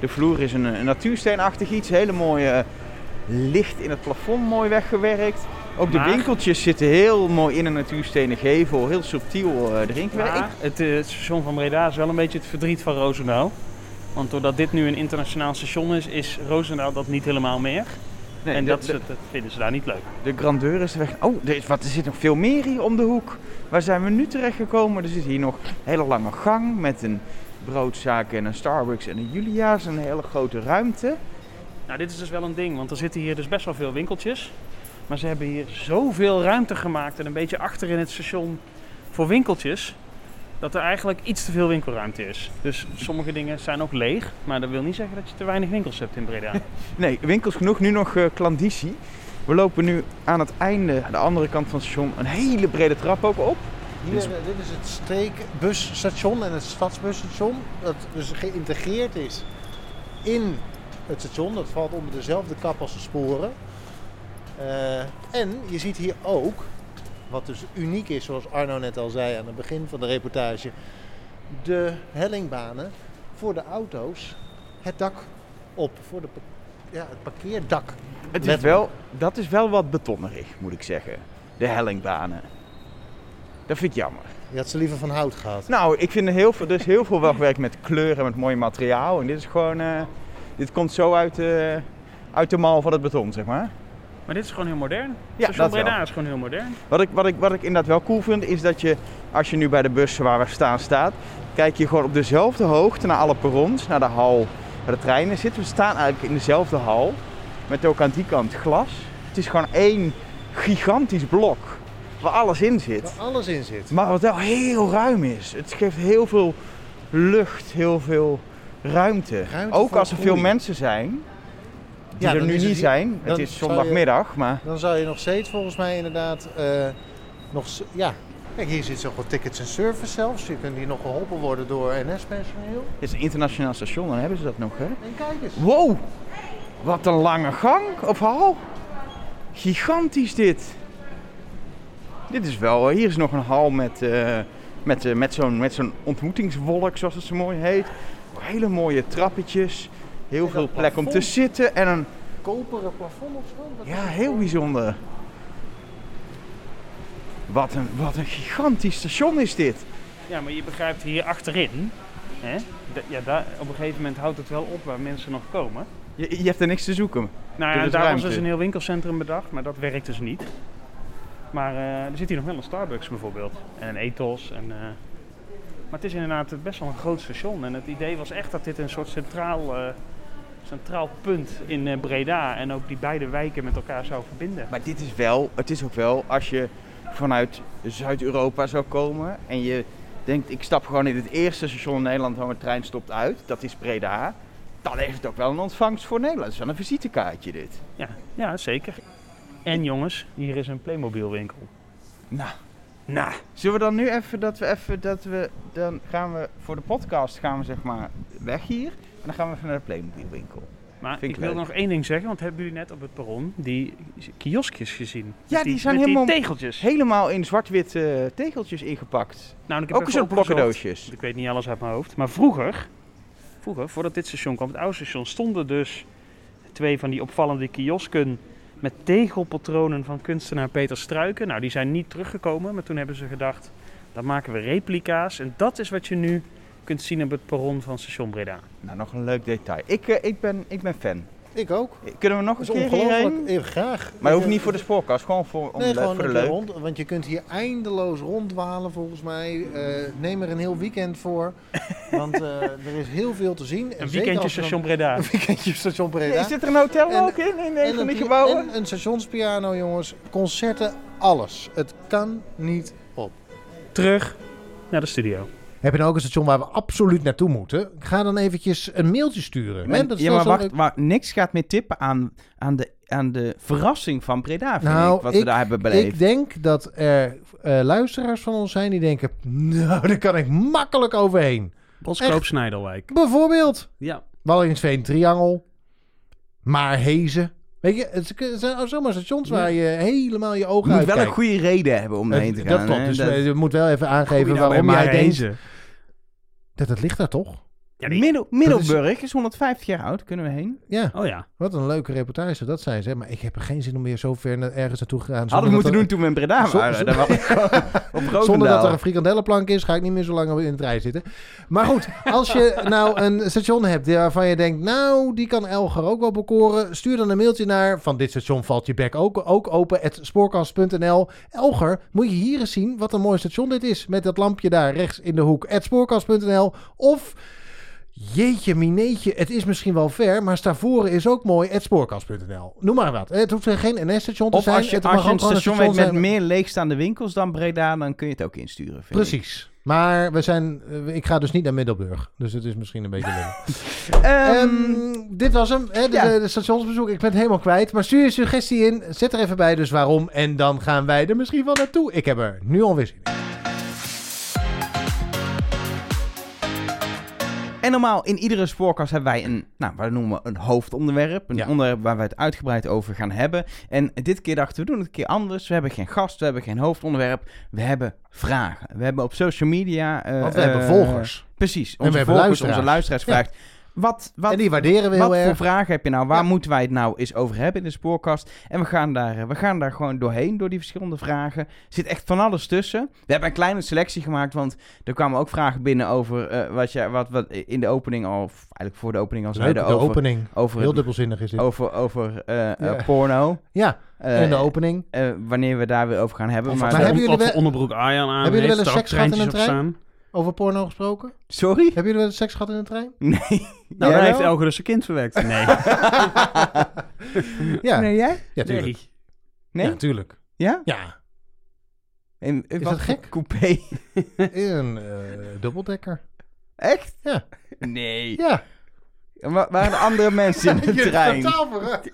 S5: de vloer is een, een natuursteenachtig iets. Hele mooie eh, licht in het plafond mooi weggewerkt. Ook de
S3: Maar-
S5: winkeltjes zitten heel mooi in een natuurstenen gevel. Heel subtiel eh, erin gewerkt.
S3: Maar het, eh, het station van Breda is wel een beetje het verdriet van Roosendaal. Want doordat dit nu een internationaal station is, is Roosendaal dat niet helemaal meer.
S5: Ik- nee,
S3: en
S5: de-
S3: dat, is
S5: de-
S3: het- dat vinden ze daar niet leuk.
S5: De grandeur is weg. Oh, er, is, wat, er zit nog veel meer hier om de hoek. Waar zijn we nu terechtgekomen? Er zit hier nog een hele lange gang met een broodzaak en een Starbucks en een Julia's. Een hele grote ruimte.
S3: Nou, dit is dus wel een ding, want er zitten hier dus best wel veel winkeltjes. Maar ze hebben hier zoveel ruimte gemaakt en een beetje achter in het station voor winkeltjes. Dat er eigenlijk iets te veel winkelruimte is. Dus sommige dingen zijn ook leeg. Maar dat wil niet zeggen dat je te weinig winkels hebt in Breda.
S5: Nee, winkels genoeg. Nu nog eh klandizie. We lopen nu aan het einde, aan de andere kant van het station, een hele brede trap ook op.
S2: Hier, eh, dit is het streekbusstation en het stadsbusstation. Dat dus geïntegreerd is in het station. Dat valt onder dezelfde kap als de sporen. Eh, en je ziet hier ook, wat dus uniek is, zoals Arno net al zei aan het begin van de reportage, de hellingbanen voor de auto's het dak op. Voor de, pa- ja, het parkeerdak.
S5: Het is
S2: Letterlijk.
S5: wel, dat is wel wat betonnerig, moet ik zeggen. De hellingbanen. Dat vind ik jammer.
S2: Je had ze liever van hout gehad.
S5: Nou, ik vind er heel veel, er is heel veel wel gewerkt met kleur en met mooi materiaal. En dit is gewoon, eh, dit komt zo uit, eh, uit de mal van het beton, zeg maar.
S3: Maar dit is gewoon heel modern. Het
S5: Ja,
S3: station
S5: dat wel.
S3: Breda is gewoon heel modern.
S5: Wat ik, wat, ik, wat ik inderdaad wel cool vind, is dat je, als je nu bij de bussen waar we staan staat, kijk je gewoon op dezelfde hoogte naar alle perrons, naar de hal waar de treinen zitten. We staan eigenlijk in dezelfde hal, met ook aan die kant glas. Het is gewoon één gigantisch blok, waar alles in zit.
S2: Waar alles in zit.
S5: Maar wat wel heel ruim is. Het geeft heel veel lucht, heel veel ruimte.
S2: Ruimte
S5: Ook
S2: voor
S5: als er
S2: groei.
S5: veel mensen zijn, die
S2: Ja,
S5: er
S2: dan
S5: nu
S2: is
S5: niet
S2: het hier-
S5: zijn. Het
S2: dan
S5: is
S2: zou je-
S5: zondagmiddag, maar
S2: Dan zou je nog steeds volgens mij inderdaad eh, nog... s- Ja, kijk hier zit ook wat tickets en service zelfs. Je kunt hier nog geholpen worden door NS-personeel.
S5: het is een internationaal station, dan hebben ze dat nog, hè?
S2: En kijk eens.
S5: Wow, wat een lange gang of hal. Gigantisch dit. Dit is wel, eh, hier is nog een hal met, eh, met, eh, met zo'n met zo'n ontmoetingswolk, zoals het zo mooi heet. Hele mooie trappetjes, heel
S2: En
S5: veel
S2: dat
S5: plek om te
S2: plafond.
S5: zitten en een
S2: Koperen plafond of zo? Wat is
S5: Ja,
S2: dat
S5: heel
S2: voor-
S5: bijzonder. Wat een, wat een gigantisch station is dit.
S3: Ja, maar je begrijpt hier achterin. Hè? da- ja, daar, op een gegeven moment houdt het wel op waar mensen nog komen.
S5: Je, je hebt er niks te zoeken.
S3: Nou
S5: Er
S3: ja,
S5: is
S3: daarom is
S5: ruimte.
S3: dus een heel winkelcentrum bedacht, maar dat werkt dus niet. Maar eh, er zit hier nog wel een Starbucks bijvoorbeeld. En een Ethos. En, eh, maar het is inderdaad best wel een groot station. En het idee was echt dat dit een soort centraal, eh, centraal punt in eh, Breda en ook die beide wijken met elkaar zou verbinden.
S5: Maar dit is wel, het is ook wel als je vanuit Zuid-Europa zou komen en je denkt ik stap gewoon in het eerste station in Nederland waar mijn trein stopt uit, dat is Breda. Dan heeft het ook wel een ontvangst voor Nederland. Het is wel een visitekaartje dit.
S3: Ja, ja, zeker. En jongens, hier is een Playmobil winkel.
S5: Nou,
S3: Nou,
S5: Zullen we dan nu even dat we even dat we dan gaan we voor de podcast gaan we zeg maar weg hier en dan gaan we even naar de Playmobil winkel.
S3: Maar
S5: Vind
S3: ik
S5: ik
S3: wil
S5: leuk.
S3: nog één ding zeggen, want hebben jullie net op het perron die kioskjes gezien? Met
S5: die zijn
S3: met
S5: helemaal-
S3: die tegeltjes.
S5: helemaal in zwart-wit eh, tegeltjes ingepakt.
S3: Nou, ik heb
S5: Ook een
S3: even
S5: soort
S3: opgezocht.
S5: blokkendoosjes.
S3: Ik weet niet alles uit mijn hoofd, maar vroeger, vroeger, voordat dit station kwam, het oude station, stonden dus twee van die opvallende kiosken met tegelpatronen van kunstenaar Peter Struiken. Nou, die zijn niet teruggekomen, maar toen hebben ze gedacht, dan maken we replica's. En dat is wat je nu kunt zien op het perron van station Breda.
S5: Nou, nog een leuk detail. Ik, eh, ik, ben, ik ben fan.
S2: Ik ook.
S5: Kunnen we nog
S2: Dat
S5: een
S2: is
S5: keer
S2: ongelooflijk.
S5: hierheen?
S2: Eh, graag.
S5: Maar dat
S2: Ik,
S5: hoeft niet voor de
S2: eh,
S5: spoorkast, gewoon voor, om,
S2: Nee,
S5: leuk,
S2: gewoon
S5: voor de
S2: een keer
S5: leuk.
S2: rond. Want je kunt hier eindeloos ronddwalen volgens mij. Eh, neem er een heel weekend voor. Want eh, er is heel veel te zien. En
S3: Een
S2: zeker
S3: weekendje
S2: als je dan-
S3: station Breda.
S2: Een weekendje station Breda.
S5: Is dit er een hotel
S2: En-
S5: ook in, in een van die
S2: pi-
S5: gebouwen?
S2: en een stationspiano, jongens. Concerten, alles. Het kan niet
S3: Terug naar de studio.
S2: Heb je nou ook een station waar we absoluut naartoe moeten? Ga dan eventjes een mailtje sturen. Hè?
S1: En-
S2: Dat is
S1: ja,
S2: wel
S1: maar
S2: e- zo
S1: wacht,
S2: leuk.
S1: maar niks gaat meer tippen aan, aan, de, aan de verrassing van Breda, vind
S2: Nou,
S1: ik, wat
S2: ik-
S1: we daar hebben beleefd.
S2: Ik denk dat er eh, luisteraars van ons zijn die denken... Nou, daar kan ik makkelijk overheen.
S3: Boskoop Snijderwijk.
S2: Bijvoorbeeld
S3: Ja.
S2: Wallingsveen Triangel. Maar Hezen. Weet je, het het zijn zomaar stations waar je helemaal je
S1: je
S2: ogen
S1: moet wel
S2: uitkijkt.
S1: een goede reden hebben om daarheen te gaan.
S2: Dat klopt,
S1: hè?
S2: dus
S1: Dat-
S2: je moet wel even aangeven waarom jij denkt dat het ligt daar toch?
S3: Ja, die-
S1: Middel- Middelburg is 150 jaar oud, kunnen we heen.
S2: Ja,
S3: Oh ja.
S2: wat een leuke reportage zou dat zijn zeg. Maar ik heb er geen zin om weer zo ver naar- ergens naartoe te gaan.
S1: Hadden
S2: zonder
S1: we moeten
S2: dat
S1: doen toen we in Breda
S2: Zo-
S1: waren.
S2: zo-
S1: Dan hadden we gewoon op
S2: er- Zonder dat er
S1: Roosendaal.
S2: een frikandellenplank is, ga ik niet meer zo lang in het rij zitten. Maar goed, als je nou een station hebt waarvan je denkt, nou, die kan Elger ook wel bekoren. Stuur dan een mailtje naar, van dit station valt je bek ook, ook open, at spoorkast.nl. Elger, moet je hier eens zien wat een mooi station dit is. Met dat lampje daar rechts in de hoek, at spoorkast.nl. Of, jeetje mineetje, het is misschien wel ver, maar Stavoren is ook mooi, at spoorkast.nl. Noem maar wat. Het hoeft geen NS-station te
S1: Of
S2: zijn.
S1: als je,
S2: het mag
S1: als je
S2: ook
S1: een
S2: gewoon
S1: station weet met
S2: zijn.
S1: meer leegstaande winkels dan Breda, dan kun je het ook insturen. vind ik.
S2: Precies. Maar we zijn, eh, ik ga dus niet naar Middelburg. Dus het is misschien een beetje lullig.
S1: Ehm,
S2: Ehm, dit was hem. Hè, de,
S1: ja.
S2: de- de stationsbezoek. Ik ben het helemaal kwijt. Maar stuur je suggestie in. Zet er even bij dus waarom. En dan gaan wij er misschien wel naartoe. Ik heb er nu alweer zin in.
S1: En normaal, in iedere spoorkast hebben wij een, nou, wat noemen we een hoofdonderwerp. Een
S2: Ja.
S1: onderwerp waar we het uitgebreid over gaan hebben. En dit keer dachten we, we doen het een keer anders. We hebben geen gast, we hebben geen hoofdonderwerp. We hebben vragen. We hebben op social media... eh,
S2: Want we hebben
S1: eh,
S2: volgers.
S1: Precies.
S2: we
S1: Onze
S2: hebben
S1: volgers, onze
S2: luisteraars.
S1: luisteraars
S2: Ja.
S1: vraagt... Wat, wat,
S2: en die waarderen
S1: Wat
S2: we heel
S1: voor
S2: erg.
S1: vragen heb je nou? Waar
S2: Ja.
S1: moeten wij het nou eens over hebben in de spoorkast? En we gaan, daar, eh, we gaan daar gewoon doorheen, door die verschillende vragen. Er zit echt van alles tussen. We hebben een kleine selectie gemaakt, want er kwamen ook vragen binnen over eh, wat, je, wat, wat in de opening al, of eigenlijk voor de opening al
S2: Leuk, de
S1: zeiden over,
S2: opening.
S1: over,
S2: Heel
S1: het-
S2: dubbelzinnig is dit.
S1: over, over eh, eh,
S2: Ja.
S1: porno.
S2: Ja,
S1: Eh,
S2: en de opening.
S1: eh, wanneer we daar weer over gaan hebben.
S3: Of
S1: Maar
S3: wat
S2: Maar
S3: voor-
S2: hebben jullie
S3: wat
S2: wel-
S3: voor onderbroek Arjan aan
S2: hebben jullie wel
S3: heeft,
S2: eens
S3: er ook
S2: seks gehad in
S3: treintjes
S2: een
S3: op staan.
S2: Over porno gesproken.
S1: Sorry?
S2: Hebben jullie wel eens seks gehad in de trein?
S1: Nee.
S3: Nou,
S1: Jij
S3: daar heeft
S1: wel?
S3: Elger dus zijn kind verwekt. Nee.
S2: Ja,
S1: Nee, jij?
S2: ja tuurlijk.
S3: nee.
S1: Nee?
S2: Ja, tuurlijk.
S1: Ja?
S2: Ja,
S1: En, wat
S2: Is dat
S1: voor
S2: gek?
S1: Coupé.
S2: in een eh, dubbeldekker.
S1: Echt?
S2: Ja.
S1: Nee.
S2: Ja.
S1: Wa- Waren er andere mensen in de
S2: Je bent
S1: trein?
S2: totaal verrast.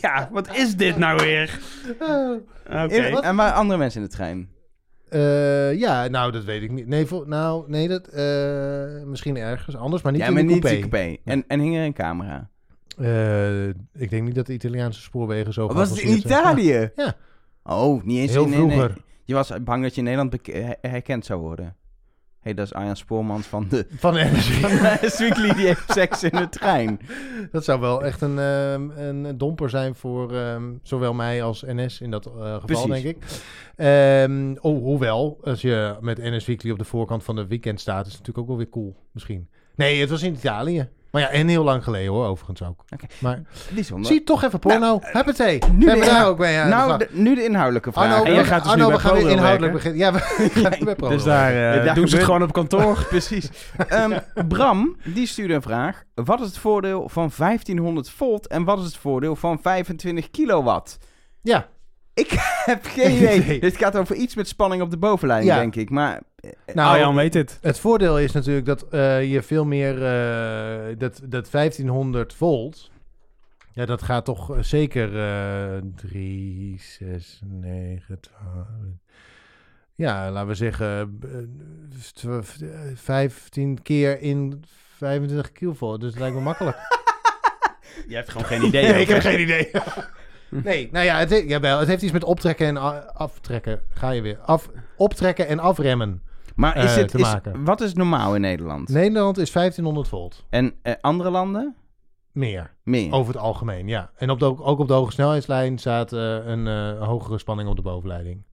S3: Ja, wat is dit nou weer?
S2: Eh.
S3: Oké.
S1: In- En waar andere mensen in de trein?
S2: Eh, ja, nou, dat weet ik niet. Nee, vol- nou, nee dat, eh, misschien ergens anders, maar niet
S1: ja,
S2: in
S1: maar
S2: de
S1: niet
S2: coupé.
S1: in de coupé. En, en hing er een camera.
S2: Eh, ik denk niet dat de Italiaanse spoorwegen zo
S1: was het in
S2: geavanceerd zijn.
S1: Italië?
S2: Ja.
S1: Oh, niet eens
S2: Heel
S1: in- in-
S2: vroeger.
S1: Je was bang dat je in Nederland beke- her- herkend zou worden. hey, dat is Arjan Spoormans van de...
S2: Ja, Van NRC.
S1: Sweekly, die heeft seks in de trein.
S2: dat zou wel echt een, ehm, een domper zijn voor ehm, zowel mij als NS in dat eh, geval,
S1: Precies.
S2: denk ik. Ehm, oh, hoewel, als je met NS Weekly op de voorkant van de weekend staat, is het natuurlijk ook wel weer cool, misschien. Nee, het was in Italië. Maar ja, en heel lang geleden hoor, overigens ook.
S1: Oké.
S2: Maar
S1: Bijzonder.
S2: zie toch even porno.
S3: Nou, eh,
S2: Huppatee.
S1: nu
S2: We hebben
S1: de-
S2: daar ook mee aan de slag.
S1: nou, de- nu de inhoudelijke vraag.
S2: Arno,
S3: En
S2: we-
S3: jij gaat dus
S2: Arno,
S3: nu
S2: we
S3: bij
S2: gaan weer
S3: ProRail
S2: inhoudelijk beginnen. Ja, we gaan weer bij ProRail.
S3: Dus daar, eh,
S1: Ja, daar
S3: doen ze
S1: gebeurt-
S3: het gewoon op kantoor.
S1: Precies. Ehm, Bram, die stuurde een vraag. Wat is het voordeel van 1500 volt en wat is het voordeel van 25 kilowatt?
S2: Ja,
S1: heb geen idee.
S2: Nee.
S1: Dit gaat over iets met spanning op de bovenlijn,
S2: Ja.
S1: denk ik. Maar
S2: nou,
S3: Arjan weet het.
S2: het voordeel is natuurlijk dat eh, je veel meer... eh, dat, dat 1500 volt... Ja, dat gaat toch eh, zeker... eh 3, 6, 9, 12... Ja, laten we zeggen... eh, tw- eh, 15 keer in 25 kilovolt. Dus het lijkt me makkelijk.
S3: Jij hebt gewoon geen idee.
S2: Nee, ik heb geen idee. nee, nou ja, het, he- jawel, het heeft iets met optrekken en a- aftrekken. Ga je weer. Af, optrekken en afremmen.
S1: Maar is
S2: eh,
S1: het,
S2: te
S1: is-
S2: maken.
S1: wat is normaal in Nederland?
S2: Nederland is 1500 volt.
S1: En eh, andere landen?
S2: Meer,
S1: Meer.
S2: over het algemeen, ja. En op de, ook op de hoge snelheidslijn staat eh, een eh, hogere spanning op de bovenleiding.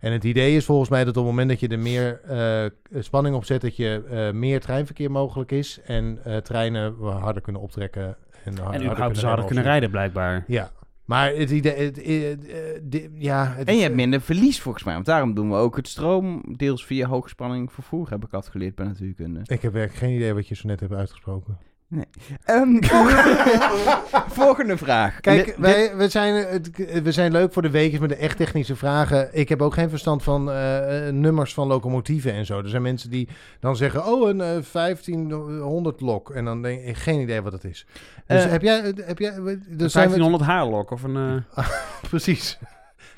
S2: En het idee is volgens mij dat op het moment dat je er meer eh, spanning op zet, dat je eh, meer treinverkeer mogelijk is. En eh, treinen harder kunnen optrekken. En,
S3: En
S2: harder
S3: überhaupt
S2: remmen
S3: ze hadden
S2: of
S3: kunnen
S2: zo.
S3: rijden, blijkbaar.
S2: Ja, maar het idee. Het, het- eh, di- ja, het,
S1: En je hebt minder verlies volgens mij. Want daarom doen we ook het stroom deels via hoogspanning vervoer, heb ik altijd geleerd bij natuurkunde.
S2: Ik heb eigenlijk geen idee wat je zo net hebt uitgesproken.
S1: Ehm, volgende- volgende vraag.
S2: Kijk,
S1: Dit- dit-
S2: wij, we, zijn, eh, het- we zijn leuk voor de weekjes met de echt technische vragen. Ik heb ook geen verstand van eh, eh, nummers van locomotieven en zo. Er zijn mensen die dan zeggen, oh, een eh, 1500 lok. En dan denk ik, geen idee wat dat is. Dus
S1: Eh,
S2: heb jij... eh, Heb jij eh, dus zijn we,
S3: 1500 haarlok of een... eh,
S2: precies.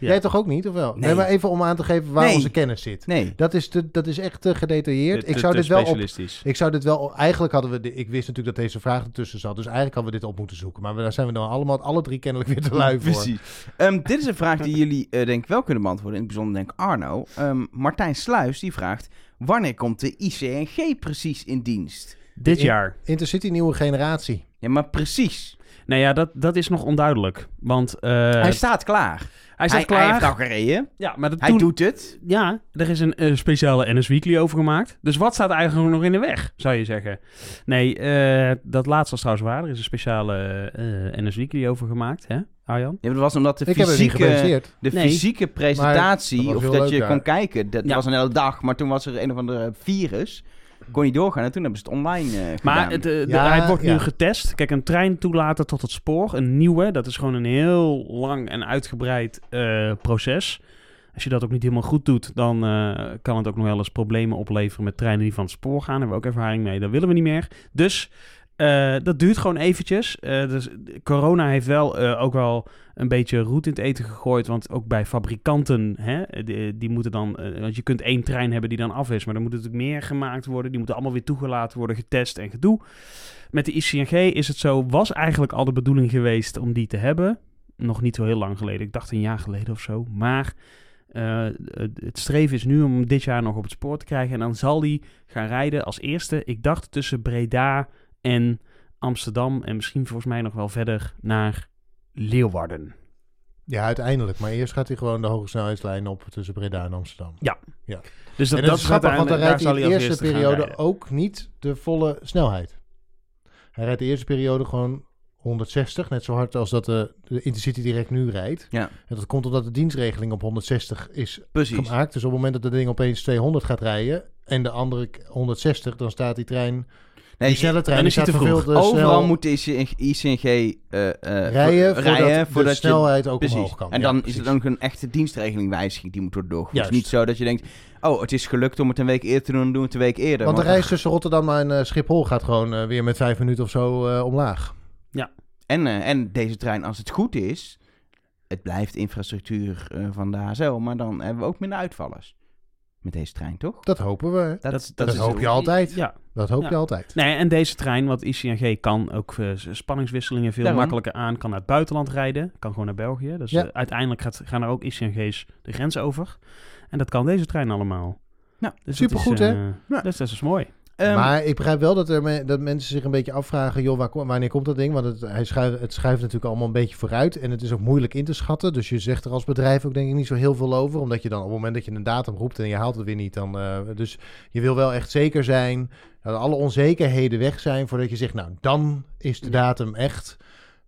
S3: Ja.
S2: Jij toch ook niet, of wel?
S1: Nee.
S2: Nee. maar even om aan te geven waar
S1: Nee.
S2: onze kennis zit.
S1: nee.
S2: Dat is, te, dat is echt te gedetailleerd.
S3: te-
S2: ik zou
S3: te
S2: dit wel op...
S3: specialistisch.
S2: Ik zou dit wel... Eigenlijk hadden we... de- ik wist natuurlijk dat deze vraag ertussen zat. Dus eigenlijk hadden we dit op moeten zoeken. Maar we- daar zijn we dan allemaal, alle drie kennelijk weer te lui voor.
S1: Precies. Ehm, dit is een vraag die jullie eh, denk ik wel kunnen beantwoorden. In het bijzonder denk ik Arno. Ehm, Martijn Sluis die vraagt... Wanneer komt de ICNG precies in dienst?
S3: Dit
S2: In-
S3: jaar.
S2: Intercity nieuwe generatie.
S1: Ja, maar precies.
S3: Nou ja, dat, dat is nog onduidelijk. Want eh,
S1: hij staat klaar.
S3: hij staat klaar.
S1: Hij heeft al gereden.
S3: ja, maar dat
S1: Hij
S3: toen-
S1: doet het.
S3: Ja, er is een eh, speciale NS Weekly over gemaakt. Dus wat staat eigenlijk nog in de weg, zou je zeggen? Nee, eh, dat laatste was trouwens waar. Er is een speciale eh, NS Weekly over gemaakt, hè, Arjan?
S1: Ja, maar dat was omdat de
S2: ik heb het niet
S1: fysieke,
S2: gepresenteerd.
S1: de
S3: Nee.
S1: fysieke
S2: dat
S1: presentatie...
S2: was
S1: of
S2: heel
S1: dat
S2: leuk
S1: je
S2: daar.
S1: kon kijken. Dat
S3: Ja.
S1: was een hele dag. Maar toen was er een of andere virus. Kon niet doorgaan. En toen hebben ze het online eh, gedaan.
S3: Maar het, eh, de-
S2: Ja,
S3: hij wordt
S2: ja.
S3: nu getest. Kijk, een trein toelaten tot het spoor, een nieuwe, dat is gewoon een heel lang en uitgebreid eh, proces. Als je dat ook niet helemaal goed doet, dan eh, kan het ook nog wel eens problemen opleveren met treinen die van het spoor gaan. Daar hebben we ook ervaring mee. Dat willen we niet meer. Dus eh, dat duurt gewoon eventjes. Eh, dus corona heeft wel eh, ook wel een beetje roet in het eten gegooid. Want ook bij fabrikanten, hè, die, die moeten dan... eh, want je kunt één trein hebben die dan af is. Maar er moeten natuurlijk meer gemaakt worden. Die moeten allemaal weer toegelaten worden, getest en gedoe. Met de ICNG is het zo... Was eigenlijk al de bedoeling geweest om die te hebben. Nog niet zo heel lang geleden. Ik dacht een jaar geleden of zo. Maar... eh, het- het streven is nu om hem dit jaar nog op het spoor te krijgen. En dan zal die gaan rijden als eerste. Ik dacht tussen Breda en Amsterdam. En misschien volgens mij nog wel verder naar Leeuwarden.
S2: Ja, uiteindelijk. Maar eerst gaat hij gewoon de hoge snelheidslijn op tussen Breda en Amsterdam.
S3: Dus dat,
S2: en dat is grappig, want dan
S3: uiteindelijk-
S2: rijdt
S3: daar
S2: hij de
S3: zal als
S2: eerste
S3: eerste gaan
S2: periode
S3: rijden.
S2: ook niet de volle snelheid. Hij rijdt de eerste periode gewoon 160, net zo hard als dat de, de Intercity direct nu rijdt.
S1: Ja.
S2: En dat komt omdat de dienstregeling op 160 is
S1: Precies.
S2: gemaakt. Dus op het moment dat dat ding opeens 200 gaat rijden en de andere k- 160, dan staat die trein,
S1: Nee,
S2: die snelle trein, die
S3: dan is hij
S2: staat
S3: te vroeg.
S2: verveeld, eh,
S1: Overal
S2: snel
S1: moet de IC- ICNG eh, eh,
S2: rijden
S1: voor-
S2: voordat, de
S1: voordat je
S2: snelheid ook
S1: Precies.
S2: omhoog kan.
S1: En
S2: Ja,
S1: dan is
S2: precies.
S1: het ook een echte dienstregelingwijziging die moet worden doorgevoerd. Het is
S2: Juist.
S1: niet zo dat je denkt, oh, het is gelukt om het een week eerder te doen, dan doen we het een week eerder.
S2: Want de reis tussen Rotterdam en eh, Schiphol gaat gewoon eh, weer met vijf minuten of zo eh, omlaag.
S1: en, eh, en deze trein, als het goed is, het blijft infrastructuur eh, van de HSL, maar dan hebben we ook minder uitvallers met deze trein, toch?
S2: Dat hopen we. hè?
S1: Dat,
S2: dat
S1: is
S2: hoop
S1: het.
S2: je altijd.
S3: Ja.
S2: Dat hoop
S3: Ja.
S2: je altijd.
S3: Nee, en deze trein, wat ICNG kan ook eh, s- spanningswisselingen veel
S1: Daarom.
S3: makkelijker aan. Kan naar het buitenland rijden. Kan gewoon naar België. Dus
S2: Ja.
S3: eh, uiteindelijk gaat, gaan er ook ICNG's de grens over. En dat kan deze trein allemaal.
S1: Nou,
S3: dus
S2: supergoed,
S3: hè?
S2: hè?
S1: Ja.
S3: Dus dat is mooi.
S1: Ehm,
S2: maar ik begrijp wel dat, er me- dat mensen zich een beetje afvragen... joh, waar, kom- wanneer komt dat ding? Want het, hij schuift, het schuift natuurlijk allemaal een beetje vooruit... en het is ook moeilijk in te schatten. Dus je zegt er als bedrijf ook denk ik niet zo heel veel over... omdat je dan op het moment dat je een datum roept en je haalt het weer niet... Dan, eh, dus je wil wel echt zeker zijn... dat alle onzekerheden weg zijn voordat je zegt... nou, dan is de datum echt...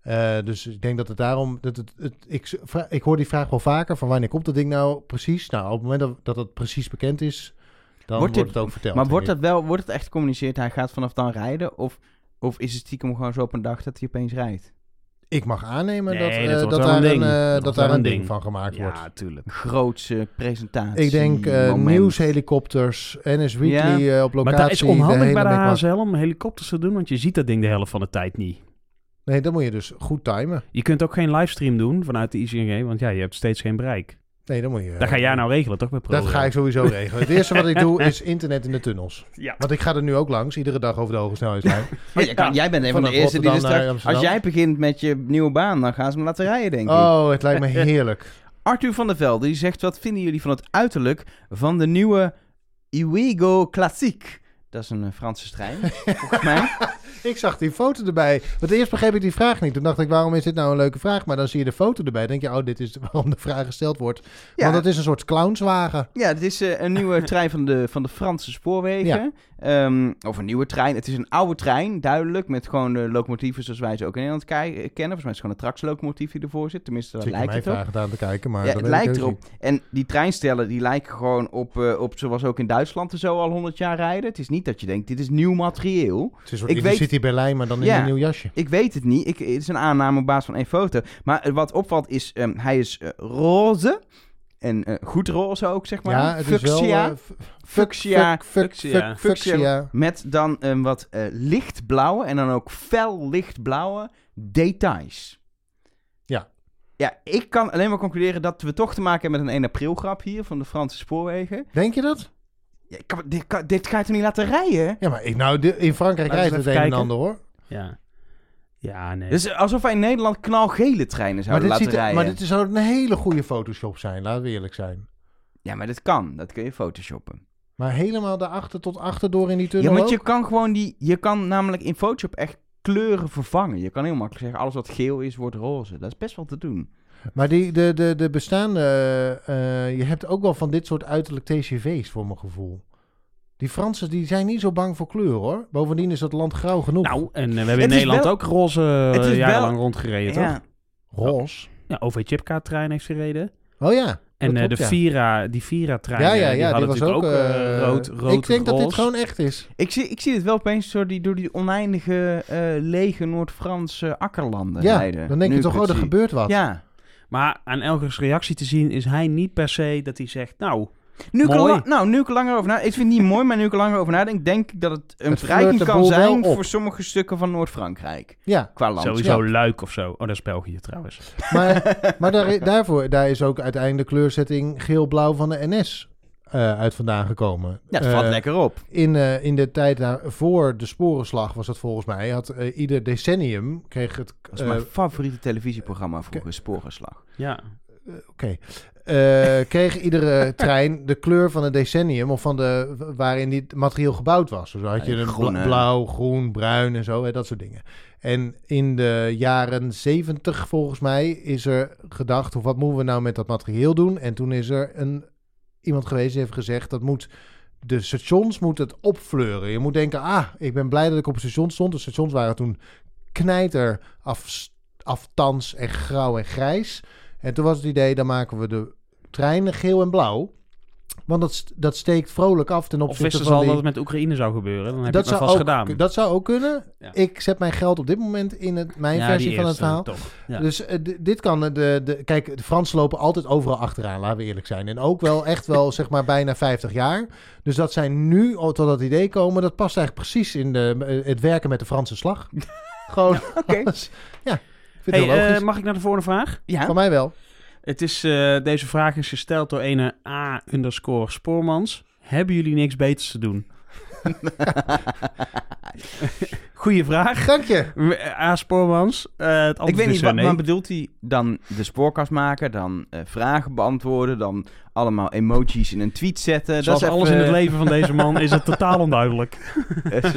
S2: Eh, dus ik denk dat het daarom. Dat het, het- ik, z- vra- ik hoor die vraag wel vaker: van wanneer komt dat ding nou precies? Nou, op het moment dat, dat het precies bekend is, dan
S1: Wordt
S2: wordt,
S1: dit-
S2: het ook verteld.
S1: maar wordt
S2: denk
S1: dat wel, wordt het echt gecommuniceerd, hij gaat vanaf dan rijden, of, of is het stiekem gewoon zo op een dag dat hij opeens rijdt?
S2: ik. Ik mag aannemen
S3: Nee,
S2: dat, eh,
S3: dat wordt
S2: dat,
S3: wel
S2: daar,
S3: een
S2: een,
S3: ding.
S2: eh,
S3: Dat
S2: dat
S3: wordt
S2: daar
S3: wel
S2: een
S3: een
S2: ding,
S3: ding.
S2: van gemaakt wordt.
S3: tuurlijk.
S1: Grootse presentatie.
S2: Ik denk eh
S1: moment.
S2: nieuwshelikopters, NS Weekly eh, op
S3: Maar
S2: locatie.
S3: dat is
S2: de
S3: onhandig
S2: hele
S3: bij de
S2: mikmak.
S3: HSL om helikopters te doen, want je ziet dat ding de helft van de tijd niet.
S2: Nee, dat moet je dus goed timen.
S3: Je kunt ook geen livestream doen vanuit de ICNG, want ja, je hebt steeds geen bereik.
S2: Nee, dat moet je.
S3: Dat ga jij nou regelen, toch? Met
S2: Dat
S3: ProRail?
S2: ga ik sowieso regelen. Het eerste wat ik doe is internet in de tunnels.
S3: Ja.
S2: Want ik ga er nu ook langs, iedere dag over de hoge snelheidslijn.
S1: Maar Oh, jij, kan-
S3: Ja.
S1: jij bent een van,
S2: Vanaf
S1: de eerste die er
S2: Rotterdam naar
S1: straks... Als
S2: Amsterdam.
S1: jij begint met je nieuwe baan, dan gaan ze me laten rijden, denk ik.
S2: Oh, het lijkt me heerlijk.
S1: Arthur van der Velde, die zegt... Wat vinden jullie van het uiterlijk van de nieuwe Iwigo Classique? Dat is een eh, Franse trein, volgens mij.
S2: Ik zag die foto erbij. Want eerst begreep ik die vraag niet. Toen dacht ik, waarom is dit nou een leuke vraag? Maar dan zie je de foto erbij. denk je, oh, dit is waarom de vraag gesteld wordt.
S1: Ja,
S2: Want het is een soort clownswagen.
S1: ja het is eh, een nieuwe trein van de, van de Franse spoorwegen. Ehm, of een nieuwe trein. Het is een oude trein, duidelijk. Met gewoon de locomotieven zoals wij ze ook in Nederland kei- eh, kennen. Volgens mij is het gewoon een trakslocomotief die ervoor zit. Tenminste, dat
S2: Zit je
S1: lijkt
S2: mij
S1: het op.
S2: vragen aan te kijken, maar
S1: ja,
S2: dat
S1: het
S2: weet ik
S1: lijkt
S2: dus
S1: erop. En die treinstellen die lijken gewoon op, eh, op zoals ook in Duitsland en zo al 100 jaar rijden. Het is niet dat je denkt, dit is nieuw materieel.
S2: niet. Het is een
S1: Ik
S2: soort
S1: weet-
S2: Intercity City Berlijn, maar dan in
S1: Ja.
S2: een nieuw jasje.
S1: Ik weet het niet. Ik, het is een aanname op basis van één foto. Maar eh, wat opvalt is, ehm, hij is eh, roze. En eh, goed roze ook, zeg maar.
S2: ja, het is wel...
S1: Fuchsia.
S2: eh, fu-
S1: Fuchsia.
S2: fuck- fuck-
S3: Fuchsia.
S2: fuck- Fuchsia.
S1: Met dan een wat eh, lichtblauwe en dan ook fel lichtblauwe details.
S2: Ja.
S1: Ja, ik kan alleen maar concluderen dat we toch te maken hebben met een 1 april grap hier van de Franse spoorwegen.
S2: Denk je dat?
S1: Ja, ik kan- dit, kan- dit ga je toch niet laten rijden?
S2: Ja, maar ik, nou, de- in Frankrijk
S3: Laten we
S2: rijdt het
S3: even
S2: een en
S3: kijken.
S2: ander, hoor.
S3: Ja. Ja, nee.
S1: Het is Dus alsof wij in Nederland knalgele treinen
S2: Maar
S1: zouden
S2: dit,
S1: laten
S2: ziet, er-
S1: rijden.
S2: maar dit zou een hele goede Photoshop zijn, laten we eerlijk zijn.
S1: Ja, maar dat kan. Dat kun je photoshoppen.
S2: Maar helemaal daarachter tot achter door in die
S1: Ja,
S2: tunnel
S1: want
S2: ook?
S1: je kan gewoon die... Je kan namelijk in Photoshop echt kleuren vervangen. Je kan heel makkelijk zeggen, alles wat geel is, wordt roze. Dat is best wel te doen.
S2: Maar die, de, de, de bestaande... eh, je hebt ook wel van dit soort uiterlijk TCV's, voor mijn gevoel. Die Fransen die zijn niet zo bang voor kleur, hoor. Bovendien is dat land grauw genoeg.
S3: Nou, en eh, we hebben in
S1: Het is
S3: Nederland
S1: wel-
S3: ook roze
S1: Het is
S3: eh, jarenlang
S1: wel-
S3: rondgereden, toch?
S1: ja.
S2: Ros.
S3: Ja, OV-chipkaarttrein Nou, heeft gereden.
S2: Oh ja.
S3: En
S2: dat
S3: eh,
S2: klopt,
S3: de
S2: ja.
S3: Vira, die Vira-trein,
S2: Ja, ja,
S3: eh, die
S2: ja. Die
S3: hadden
S2: was ook...
S3: natuurlijk ook, eh,
S2: eh,
S3: rood, rood,
S2: ik denk dat dit
S3: roze.
S2: gewoon echt is.
S1: Ik zie, ik zie het wel opeens door die, door die oneindige eh, lege Noord-Franse akkerlanden
S2: Ja,
S1: rijden.
S2: dan denk
S1: Nu
S2: je
S1: ik
S2: toch,
S1: het
S2: oh, er
S1: zie.
S2: gebeurt wat.
S1: Ja.
S3: Maar aan Elgers reactie te zien is hij niet per se dat hij zegt, nou,
S1: Nu ik, er
S3: Mooi.
S1: la- nou, nu ik er langer over na, ik vind het niet mooi, maar nu ik er langer over nadenk, denk ik dat het een
S2: Het fleurt
S1: verrijking
S2: de
S1: kan
S2: boel wel
S1: zijn
S2: op.
S1: voor sommige stukken van Noord-Frankrijk.
S2: Ja,
S1: Qua land.
S3: sowieso luik of zo. Oh, dat is België trouwens.
S2: maar, maar daar, daarvoor, daar is ook uiteindelijk de kleurzetting geel-blauw van de NS eh, uit vandaan gekomen.
S1: Ja, dat
S2: Eh,
S1: valt lekker op.
S2: In, eh, in de tijd daar, voor de sporenslag was dat volgens mij. Had, eh, ieder decennium kreeg het.
S1: Dat is
S2: eh,
S1: mijn favoriete televisieprogramma vroeger, Sporenslag.
S3: Ja.
S2: Oké. Eh, kreeg iedere trein de kleur van het decennium of van de waarin dit materieel gebouwd was. Dus dan had je
S1: Ja,
S2: een
S1: groen,
S2: bla-
S1: hè?
S2: blauw, groen, bruin en zo, hè, dat soort dingen. En in de jaren zeventig volgens mij is er gedacht, of wat moeten we nou met dat materieel doen? En toen is er een, iemand geweest die heeft gezegd, dat moet, de stations moeten het opfleuren. Je moet denken, ah, ik ben blij dat ik op het station stond. De stations waren toen knijter, af, aftans en grauw en grijs. En toen was het idee, dan maken we de treinen geel en blauw. Want dat, st- dat steekt vrolijk af ten
S3: Of
S2: opzichte
S3: wisten ze
S2: van
S3: al
S2: die...
S3: dat het met Oekraïne zou gebeuren? Dan heb je het maar
S2: zou
S3: vast
S2: ook,
S3: gedaan.
S2: Dat zou ook kunnen.
S3: Ja.
S2: Ik zet mijn geld op dit moment in het, mijn
S3: Ja,
S2: versie
S3: die
S2: van het
S3: eerste,
S2: verhaal.
S3: Toch. Ja.
S2: Dus eh, d- dit kan... eh, De, de, kijk, de Fransen lopen altijd overal achteraan, laten we eerlijk zijn. En ook wel echt wel, zeg maar, bijna 50 jaar. Dus dat zij nu al tot dat idee komen... dat past eigenlijk precies in de, eh, het werken met de Franse slag. Gewoon... Dus,
S1: Oké.
S2: ja, ik vind
S3: Hey,
S2: het heel
S3: eh,
S2: logisch.
S3: mag ik naar de volgende vraag?
S1: Ja,
S2: Van mij wel.
S3: Het is, eh, deze vraag is gesteld door ene A underscore spoormans. Hebben jullie niks beters te doen? Goeie vraag.
S2: Dank je.
S3: A spoormans. Eh, het antwoord
S1: ik weet
S3: is
S1: niet,
S3: eh,
S1: wat,
S3: nee.
S1: maar bedoelt hij dan de spoorkast maken, dan eh, vragen beantwoorden, dan allemaal emojis in een tweet zetten?
S3: Zoals
S1: dat is
S3: alles
S1: even- eh,
S3: in het leven van deze man is het totaal onduidelijk.
S1: dat is, eh,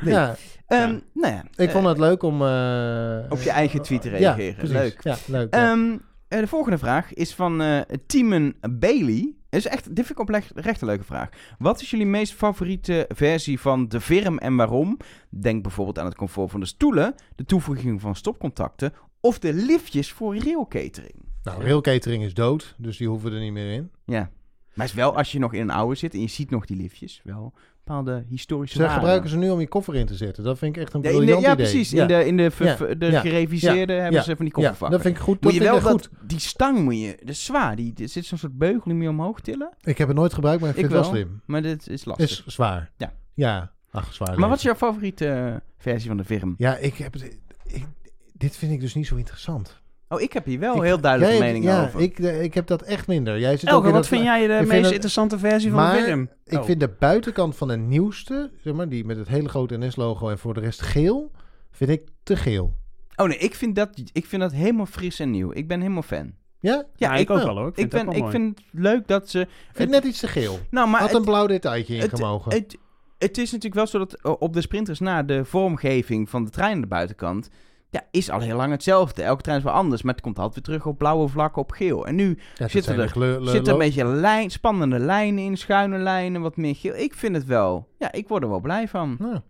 S1: Nee.
S2: Ja,
S1: ehm,
S3: Ja.
S1: Nou ja,
S2: ik
S1: eh,
S2: vond het leuk om... eh,
S1: op je eigen tweet te
S2: Ja,
S1: reageren.
S2: precies.
S1: Leuk.
S2: Ja, leuk. ja.
S1: Ehm, eh, de volgende vraag is van eh Timon Bailey. Is echt, dit vind ik oprecht recht een leuke vraag. Wat is jullie meest favoriete versie van de firm en waarom? Denk bijvoorbeeld aan het comfort van de stoelen, de toevoeging van stopcontacten of de liftjes voor railcatering.
S2: Nou, rail catering is dood, dus die hoeven er niet meer in.
S1: Ja, maar is wel als je nog in een oude zit en je ziet nog die liftjes, wel bepaalde historische
S2: Ze
S1: waarden.
S2: gebruiken ze nu om je koffer in te zetten. Dat vind ik echt een
S1: Ja, in
S2: briljant
S1: de, ja,
S2: idee.
S1: precies.
S2: Ja,
S1: In de, in de, ver-
S2: Ja.
S1: ver- de
S2: Ja.
S1: gereviseerde hebben
S2: Ja.
S1: ze van die
S2: ja,
S1: koffervakken.
S2: dat vind ik goed. Dat
S1: Moet je wel
S2: vind ik
S1: dat,
S2: goed.
S1: die stang moet je, dat is zwaar. Die, er zit zo'n soort beugel die moet je omhoog tillen.
S2: Ik heb het nooit gebruikt, maar ik
S1: Ik
S2: vind het wel
S1: wel.
S2: slim.
S1: Maar dit is lastig.
S2: Is zwaar.
S1: Ja.
S2: Ja. Ach, zwaar.
S1: maar
S2: leven.
S1: wat is jouw favoriete eh, versie van de firm?
S2: Ja, ik heb... het- Ik, dit vind ik dus niet zo interessant.
S1: Oh, ik heb hier wel
S2: Ik-
S1: heel duidelijke
S2: Jij-
S1: mening
S2: ja,
S1: over.
S2: Ik, eh, ik heb dat echt minder. Jij zit ook
S3: Elke,
S2: in
S3: wat
S2: dat-
S3: vind jij de
S2: vind
S3: meest
S2: het-
S3: interessante versie van de
S2: maar
S3: film?
S2: Ik
S3: Oh.
S2: vind de buitenkant van de nieuwste, zeg maar, die met het hele grote NS-logo en voor de rest geel, vind ik te geel.
S1: Oh nee, ik vind, dat, ik vind dat helemaal fris en nieuw. Ik ben helemaal fan.
S2: Ja?
S1: Ja,
S3: ik,
S1: ik,
S3: ook
S2: wel.
S3: wel hoor. Ik
S1: ik,
S3: vind,
S1: ben,
S3: het
S1: ik vind het leuk dat ze...
S2: Vind ik
S1: Het-
S2: net iets te geel.
S1: Nou, maar
S2: Had
S1: het,
S2: een blauw detailtje in
S1: het-
S2: gemogen.
S1: het, het is natuurlijk wel zo dat eh, op de sprinters na de vormgeving van de trein aan de buitenkant... Ja, is al heel lang hetzelfde. Elke trein is wel anders, maar het komt altijd weer terug op blauwe vlakken op geel. En nu
S2: Ja, dat
S1: zitten
S2: zijn
S1: er-
S2: de kleur-
S1: zit er
S2: lo-
S1: een beetje lijn, spannende lijnen in, schuine lijnen, wat meer geel. Ik vind het wel... Ja, ik word er wel blij van.
S2: Nou,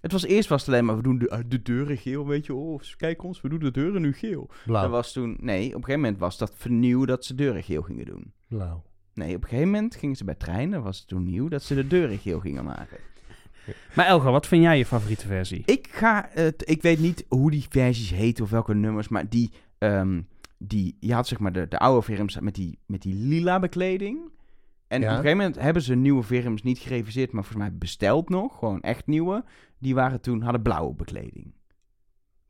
S1: Het was eerst was het alleen maar, we doen de, eh, de deuren geel, weet je. Oh, kijk ons, we doen de deuren nu geel. Dat
S2: blauw.
S1: was toen, nee, op een gegeven moment was dat vernieuw dat ze deuren geel gingen doen.
S2: blauw.
S1: Nee, op een gegeven moment gingen ze bij treinen, was het toen nieuw, dat ze de deuren geel gingen maken.
S3: Maar Elga, wat vind jij je favoriete versie?
S1: Ik ga, eh, t- ik weet niet hoe die versies heten of welke nummers, maar die, ehm, die je had zeg maar de, de oude Verims met die, met die lila bekleding. En
S2: Ja.
S1: op een gegeven moment hebben ze nieuwe Verims niet gereviseerd, maar volgens mij besteld nog, gewoon echt nieuwe. Die waren toen, hadden blauwe bekleding.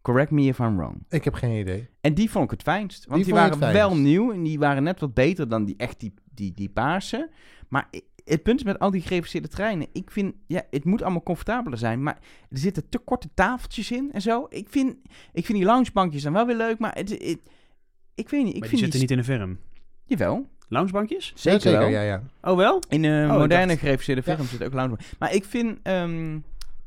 S1: Correct me if I'm wrong.
S2: Ik heb geen idee.
S1: En die vond ik het fijnst. Want die,
S2: vond je het
S1: waren
S2: fijnst?
S1: wel nieuw en die waren net wat beter dan die echt die, die, die paarse. Maar i- het punt is met al die gereviseerde treinen. Ik vind, ja, het moet allemaal comfortabeler zijn. Maar er zitten te korte tafeltjes in en zo. Ik vind, ik vind die loungebankjes dan wel weer leuk. Maar het, het- ik weet niet. Ik
S3: maar die
S1: vind
S3: zitten niet in de firm.
S1: Jawel,
S3: Loungebankjes?
S1: zeker,
S2: Ja,
S1: wel.
S2: Ja, ja.
S3: Oh wel?
S1: In de
S3: ik
S1: moderne
S3: dacht-
S1: gereviseerde
S2: Ja.
S1: film zit ook lounge. Maar ik vind, ehm,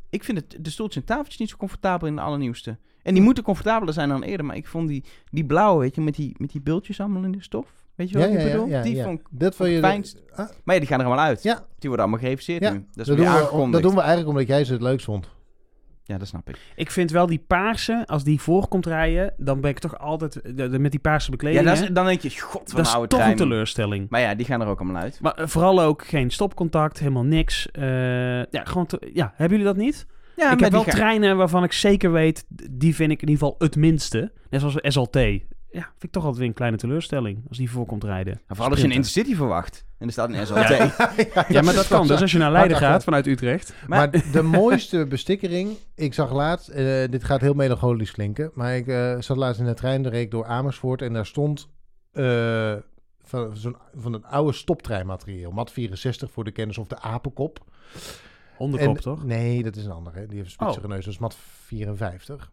S1: ik vind het, de stoeltjes en tafeltjes niet zo comfortabel in de allernieuwste. En die moeten comfortabeler zijn dan eerder. Maar ik vond die, die blauwe, weet je, met die, met die bultjes allemaal in de stof. Weet je
S2: Ja,
S1: wat
S2: ja,
S1: ik
S2: ja,
S1: bedoel?
S2: ja,
S1: die
S2: ja.
S1: vond ik-
S2: Dat vond
S1: het
S2: je...
S1: fijnst.
S2: Ah,
S1: Maar ja, die gaan er allemaal uit.
S2: Ja.
S1: Die worden allemaal gereviseerd
S2: Ja,
S1: nu. Dat is
S2: dat,
S1: weer
S2: doen we,
S1: aangekondigd.
S2: dat doen we eigenlijk omdat jij ze het leukst vond.
S1: Ja, dat snap ik.
S3: Ik vind wel die paarse, als die voor komt rijden, dan ben ik toch altijd eh, de- de- met die paarse
S1: Ja,
S3: bekleding.
S1: dat is-
S3: hè?
S1: dan denk je, god,
S3: Dat
S1: wat
S3: is
S1: een oude
S3: toch
S1: trein.
S3: een teleurstelling.
S1: Maar ja, die gaan er ook allemaal uit.
S3: Maar eh, vooral ook geen stopcontact, helemaal niks. Eh, ja, gewoon te- ja, hebben jullie dat niet?
S1: Ja, maar
S3: ik heb
S1: die
S3: wel
S1: gaan-
S3: treinen waarvan ik zeker weet, d- die vind ik in ieder geval het minste. Net zoals een SLT. Ja, vind ik toch altijd weer een kleine teleurstelling als die voor komt rijden.
S1: Vooral als je een
S3: Sprinter.
S1: Intercity verwacht. En er staat een SLT.
S3: Ja, maar dat kan. Dus als je naar Leiden gaat vanuit Utrecht.
S1: Maar-
S2: Maar, de mooiste bestikkering, ik zag laatst, eh, dit gaat heel melancholisch klinken, maar ik eh, zat laatst in de trein, de reek door Amersfoort en daar stond eh, van, zo'n, van een oude stoptreinmaterieel, mat 64 voor de kennis of de apenkop.
S3: Onderkop,
S2: En-
S3: toch? Oh.
S2: Nee, dat is een andere, hè. die heeft een spitsere neus, dat is mat 54.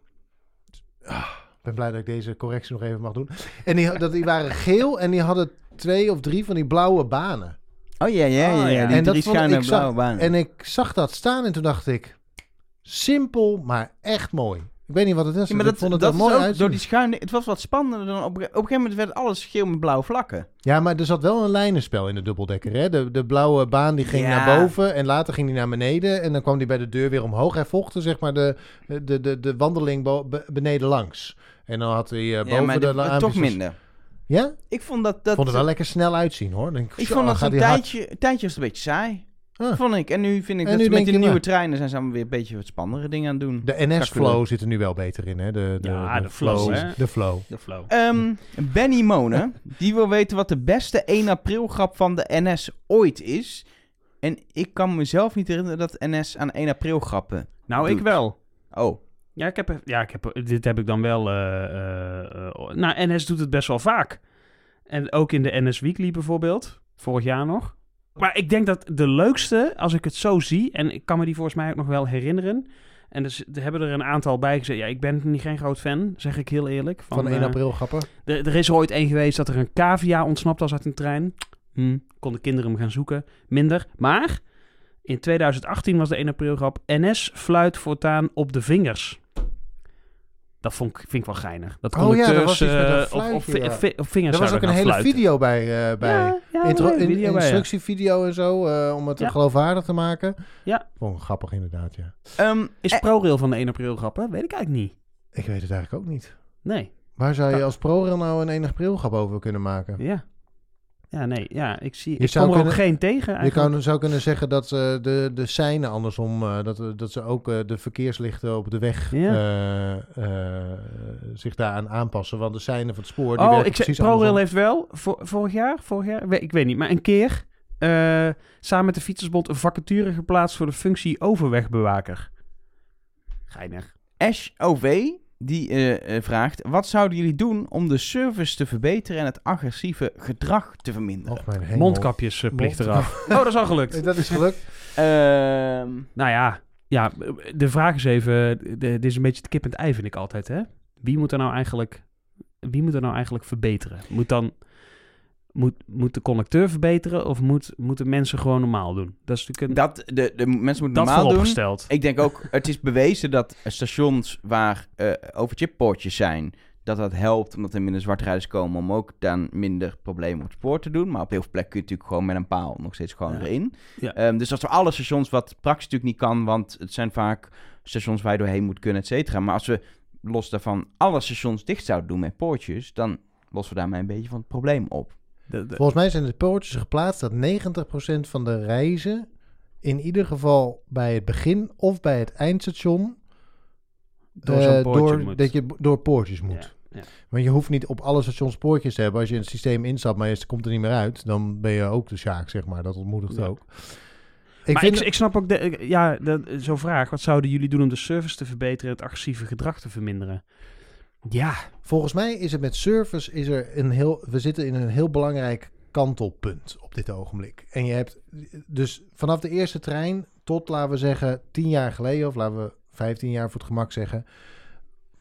S2: Ah, Ik ben blij dat ik deze correctie nog even mag doen. En die, dat, die waren geel en die hadden twee of drie van die blauwe banen.
S1: Oh ja, ja, ja.
S3: Oh,
S1: ja.
S3: ja.
S1: Die
S2: Ah, En dat
S1: drie
S2: vond
S1: schuine
S2: ik
S1: blauwe
S2: zag-
S1: baan.
S2: En ik zag dat staan en toen dacht ik... Simpel, maar echt mooi. Ik weet niet wat het is.
S1: Ja, maar
S2: ik
S1: dat,
S2: vond het
S1: dat
S2: er
S1: is
S2: mooi
S1: ook
S2: uitzien.
S1: door die schuine... Ah, Het was wat spannender dan... Op, op een gegeven moment werd alles geel met blauwe vlakken.
S2: Ja, maar er zat wel een lijnenspel in de dubbeldekker. Hè? De, de blauwe baan die ging
S1: Ja.
S2: naar boven en later ging die naar beneden. En dan kwam die bij de deur weer omhoog. Hij volgde zeg maar de, de, de, de wandeling bo- be- beneden langs. En dan had hij eh, boven
S1: ja, maar
S2: de...
S1: de-
S2: la-
S1: toch
S2: aanvisjes-
S1: minder.
S2: Ja?
S1: Ik vond dat... dat
S2: Ik vond het wel lekker snel uitzien hoor. Denk,
S1: ik
S2: zo,
S1: vond dat
S2: gaat
S1: een
S2: die hard.
S1: tijdje, een tijdje was het een beetje saai.
S2: Ah.
S1: Vond ik. En nu vind ik
S2: En
S1: dat
S2: nu
S1: ze met
S2: denk
S1: die
S2: je,
S1: nieuwe
S2: nou.
S1: treinen zijn ze allemaal weer een beetje wat spannendere dingen aan het doen.
S2: De NS-flow zit er nu wel beter in hè. De, de,
S3: Ja, de flow, hè.
S2: De flow.
S3: De flow.
S1: Ehm, Benny Mone, die wil weten wat de beste 1 april grap van de NS ooit is. En ik kan mezelf niet herinneren dat NS aan 1 april grappen...
S3: Nou, ik
S1: doet.
S3: wel.
S1: Oh,
S3: Ja, ik heb, ja ik heb, dit heb ik dan wel. eh, eh, eh, nou, NS doet het best wel vaak. En ook in de NS Weekly bijvoorbeeld, vorig jaar nog. Maar ik denk dat de leukste, als ik het zo zie, en ik kan me die volgens mij ook nog wel herinneren. En dus, er hebben er een aantal bij gezet. Ja, ik ben niet geen groot fan, zeg ik heel eerlijk. Van,
S2: Van, 1
S3: eh,
S2: april grappen.
S3: er, er is ooit één geweest dat er een cavia ontsnapt was uit een trein.
S2: Hmm.
S3: Hm, konden kinderen hem gaan zoeken. Minder. Maar in 2018 was de 1 april grap. NS fluit voortaan op de vingers. Dat vond ik, vind ik wel geinig. Dat
S2: Oh
S3: conducteurs
S2: ja, dat was iets met een
S3: eh, op, op,
S2: fluitje,
S3: vi-
S2: ja.
S3: vi- op vingers
S2: Er was ook
S3: zouden
S2: een hele
S3: gaan fluiten.
S2: video bij, eh, bij
S3: Ja, ja, er
S2: intro,
S3: was een
S2: in,
S3: video bij, ja.
S2: instructievideo en zo, eh, om het
S3: Ja.
S2: geloofwaardig te maken.
S3: Ja.
S2: Vond ik grappig inderdaad, ja.
S1: ehm,
S3: Is ProRail van de 1 april grap, hè? Weet ik eigenlijk niet.
S2: Ik weet het eigenlijk ook niet.
S3: Nee,
S2: Waar zou je
S3: Ja.
S2: als ProRail nou een enig brilgrap over kunnen maken?
S3: ja. Ja, nee, ja, ik zie...
S2: Je
S3: ik
S2: zou
S3: kom er ook
S2: kunnen-
S3: geen tegen
S2: Je
S3: eigenlijk.
S2: kan, zou kunnen zeggen dat eh, de, de seinen andersom, eh, dat, eh, dat ze ook eh, de verkeerslichten op de weg
S3: Ja.
S2: eh, eh, zich daaraan aanpassen. Want de seinen van het spoor, die
S3: oh,
S2: werken
S3: ik zeg,
S2: precies
S3: ProRail
S2: andersom.
S3: heeft wel vo- vorig jaar, vorig jaar, we- ik weet niet, maar een keer eh, samen met de Fietsersbond een vacature geplaatst voor de functie overwegbewaker. Geinig.
S1: SOV die eh, eh, vraagt: wat zouden jullie doen om de service te verbeteren en het agressieve gedrag te verminderen?
S2: Och, mijn hemel.
S3: Mondkapjesplicht
S2: Mond-
S3: eraf. Oh, dat is al gelukt.
S2: Dat is gelukt.
S1: Ehm,
S3: nou ja, ja, de vraag is even, de- dit is een beetje het kip en het ei vind ik altijd, hè? Wie moet er nou eigenlijk, wie moet er nou eigenlijk verbeteren? Moet dan, moet, moet de conducteur verbeteren of moet, moeten mensen gewoon normaal doen? Dat is natuurlijk een,
S1: dat de, de mensen moeten
S3: dat
S1: normaal doen.
S3: vooropgesteld.
S1: Ik denk ook, het is bewezen dat stations waar eh overchippoortjes zijn, dat dat helpt omdat er minder zwartrijders komen om ook dan minder problemen op het spoor te doen. Maar op heel veel plekken kun je natuurlijk gewoon met een paal nog steeds gewoon
S3: Ja.
S1: erin.
S3: Ja.
S1: Ehm, dus dat is voor alle stations wat praktisch natuurlijk niet kan, want het zijn vaak stations waar je doorheen moet kunnen, et cetera. Maar als we los daarvan alle stations dicht zouden doen met poortjes, dan lossen we daarmee een beetje van het probleem op.
S3: De- de-
S2: Volgens mij zijn de poortjes geplaatst dat 90% van de reizen in ieder geval bij het begin of bij het eindstation.
S3: Door zo'n
S2: eh,
S3: poortje
S2: door-
S3: moet.
S2: Dat je b- door poortjes moet.
S3: Ja, ja.
S2: Want je hoeft niet op alle stations poortjes te hebben. Als je in het systeem instapt, maar je komt er niet meer uit, dan ben je ook de Sjaak, zeg maar. Dat ontmoedigt
S3: Ja.
S2: ook. Ik
S3: maar
S2: vind,
S3: ik, ik snap ook, de, ik- ja, dat- zo'n vraag. Wat zouden jullie doen om de service te verbeteren, het agressieve gedrag te verminderen? Ja,
S2: volgens mij is het met service is er een heel. We zitten in een heel belangrijk kantelpunt op dit ogenblik. En je hebt dus vanaf de eerste trein tot, laten we zeggen, 10 jaar geleden, of laten we 15 jaar voor het gemak zeggen,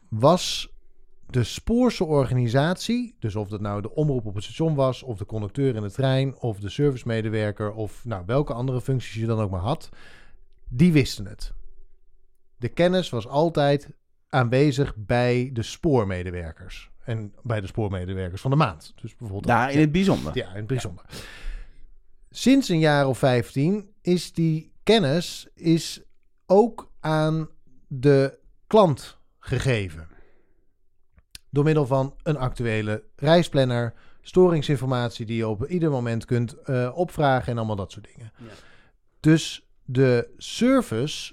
S2: was de spoorse organisatie, dus of dat nou de omroep op het station was, of de conducteur in de trein, of de servicemedewerker, of nou, welke andere functies je dan ook maar had, die wisten het. De kennis was altijd aanwezig bij de spoormedewerkers. En bij de spoormedewerkers van de maand. Dus bijvoorbeeld
S1: Daar in het bijzonder.
S2: ja, in het bijzonder. Sinds een jaar of 15 is die kennis is ook aan de klant gegeven. Door middel van een actuele reisplanner, storingsinformatie die je op ieder moment kunt eh, opvragen en allemaal dat soort dingen.
S5: Ja.
S2: Dus de service,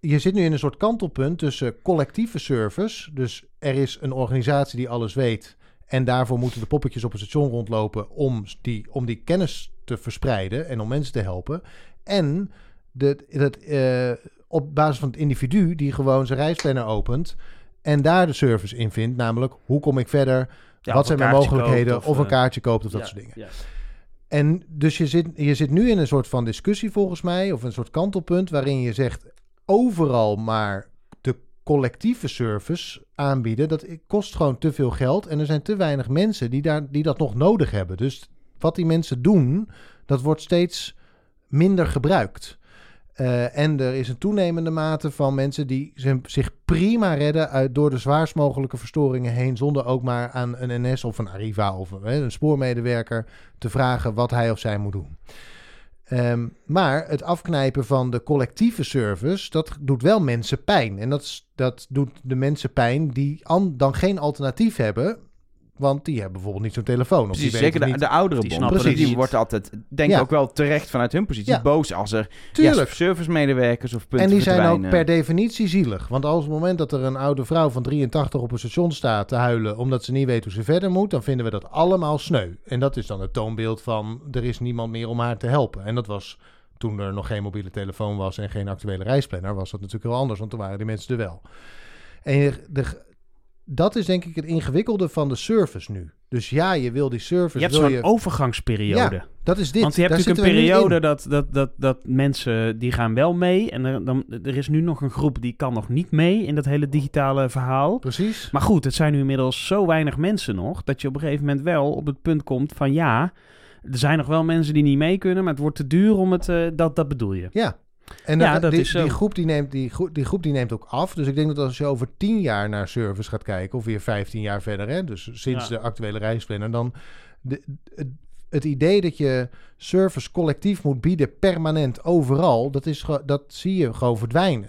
S2: je zit nu in een soort kantelpunt tussen collectieve service, dus er is een organisatie die alles weet en daarvoor moeten de poppetjes op het station rondlopen om die, om die kennis te verspreiden en om mensen te helpen. En de, dat, eh, op basis van het individu die gewoon zijn reisplanner opent en daar de service in vindt, namelijk hoe kom ik verder,
S3: Ja,
S2: wat
S3: of
S2: zijn
S3: een
S2: mijn
S3: kaartje
S2: mogelijkheden,
S3: koopt
S2: of,
S3: of,
S2: een
S3: eh,
S2: kaartje koopt of dat
S5: ja,
S2: soort dingen. Dus
S5: ja.
S2: En dus je zit, je zit nu in een soort van discussie volgens mij, of een soort kantelpunt waarin je zegt overal maar de collectieve service aanbieden, dat kost gewoon te veel geld en er zijn te weinig mensen die, daar, die dat nog nodig hebben. Dus wat die mensen doen, dat wordt steeds minder gebruikt. Eh, en er is een toenemende mate van mensen die zi- zich prima redden uit, door de zwaarst mogelijke verstoringen heen, zonder ook maar aan een NS of een Arriva of een, hè, een spoormedewerker te vragen wat hij of zij moet doen. Ehm, maar het afknijpen van de collectieve service, dat doet wel mensen pijn. En dat, is- dat doet de mensen pijn die an- dan geen alternatief hebben, want die hebben bijvoorbeeld niet zo'n telefoon. Of
S1: Precies,
S2: die
S1: zeker
S2: weten
S1: de,
S2: niet.
S1: de oudere
S3: die
S1: bond.
S3: snappen
S1: Precies,
S2: het
S1: die
S3: niet.
S1: wordt altijd, denk ik
S2: Ja.
S1: ook wel terecht vanuit hun positie,
S2: Ja.
S1: boos als er
S2: Tuurlijk.
S1: ja, servicemedewerkers of punten
S2: En die zijn ook
S1: verdwijnen.
S2: per definitie zielig. Want als op het moment dat er een oude vrouw van 83 op een station staat te huilen omdat ze niet weet hoe ze verder moet, dan vinden we dat allemaal sneu. En dat is dan het toonbeeld van er is niemand meer om haar te helpen. En dat was toen er nog geen mobiele telefoon was en geen actuele reisplanner, was dat natuurlijk heel anders, want toen waren die mensen er wel. En je- de, dat is denk ik het ingewikkelde van de service nu. Dus ja, je wil die service.
S3: je hebt
S2: wil
S3: zo'n
S2: je,
S3: overgangsperiode.
S2: Ja, dat is dit.
S3: Want je hebt
S2: Daar
S3: natuurlijk een
S2: zitten we nu in.
S3: periode dat, dat, dat, dat mensen die gaan wel mee. En er, dan, er is nu nog een groep die kan nog niet mee in dat hele digitale verhaal.
S2: Precies.
S3: Maar goed, het zijn nu inmiddels zo weinig mensen nog. dat je op een gegeven moment wel op het punt komt van ja. Er zijn nog wel mensen die niet mee kunnen, maar het wordt te duur om het. eh, dat, dat bedoel je.
S2: Ja. En
S3: Ja,
S2: dat,
S3: dat
S2: die,
S3: is zo.
S2: die groep die neemt, die, groe- die groep die neemt ook af. Dus ik denk dat als je over 10 jaar naar service gaat kijken, of weer 15 jaar verder, hè, dus sinds
S5: Ja.
S2: de actuele reisplanner, dan de, het, het idee dat je service collectief moet bieden, permanent overal, dat, is, ge- dat zie je gewoon verdwijnen.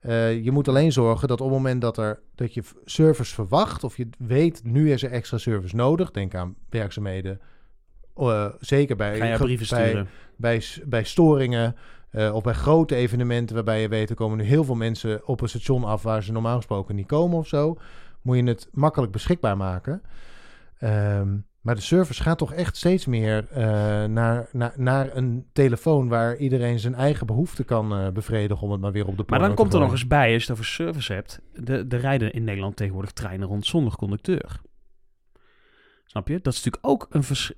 S2: Eh, je moet alleen zorgen dat op het moment dat, er, dat je v- service verwacht, of je weet, nu is er extra service nodig, denk aan werkzaamheden, eh, zeker bij,
S3: Ga jij
S2: ge-
S3: brieven
S2: bij,
S3: sturen?
S2: bij, s- bij storingen eh, of bij grote evenementen waarbij je weet er komen nu heel veel mensen op een station af waar ze normaal gesproken niet komen of zo, moet je het makkelijk beschikbaar maken. Ehm, maar de service gaat toch echt steeds meer eh, naar, naar, naar een telefoon waar iedereen zijn eigen behoeften kan eh, bevredigen om het maar weer op de
S3: Maar
S2: porno
S3: dan
S2: te
S3: komt er nog
S2: gooien.
S3: eens bij, als je het over service hebt. De, de rijden in Nederland tegenwoordig treinen rond zonder conducteur. Snap je? Dat is natuurlijk ook een verschil.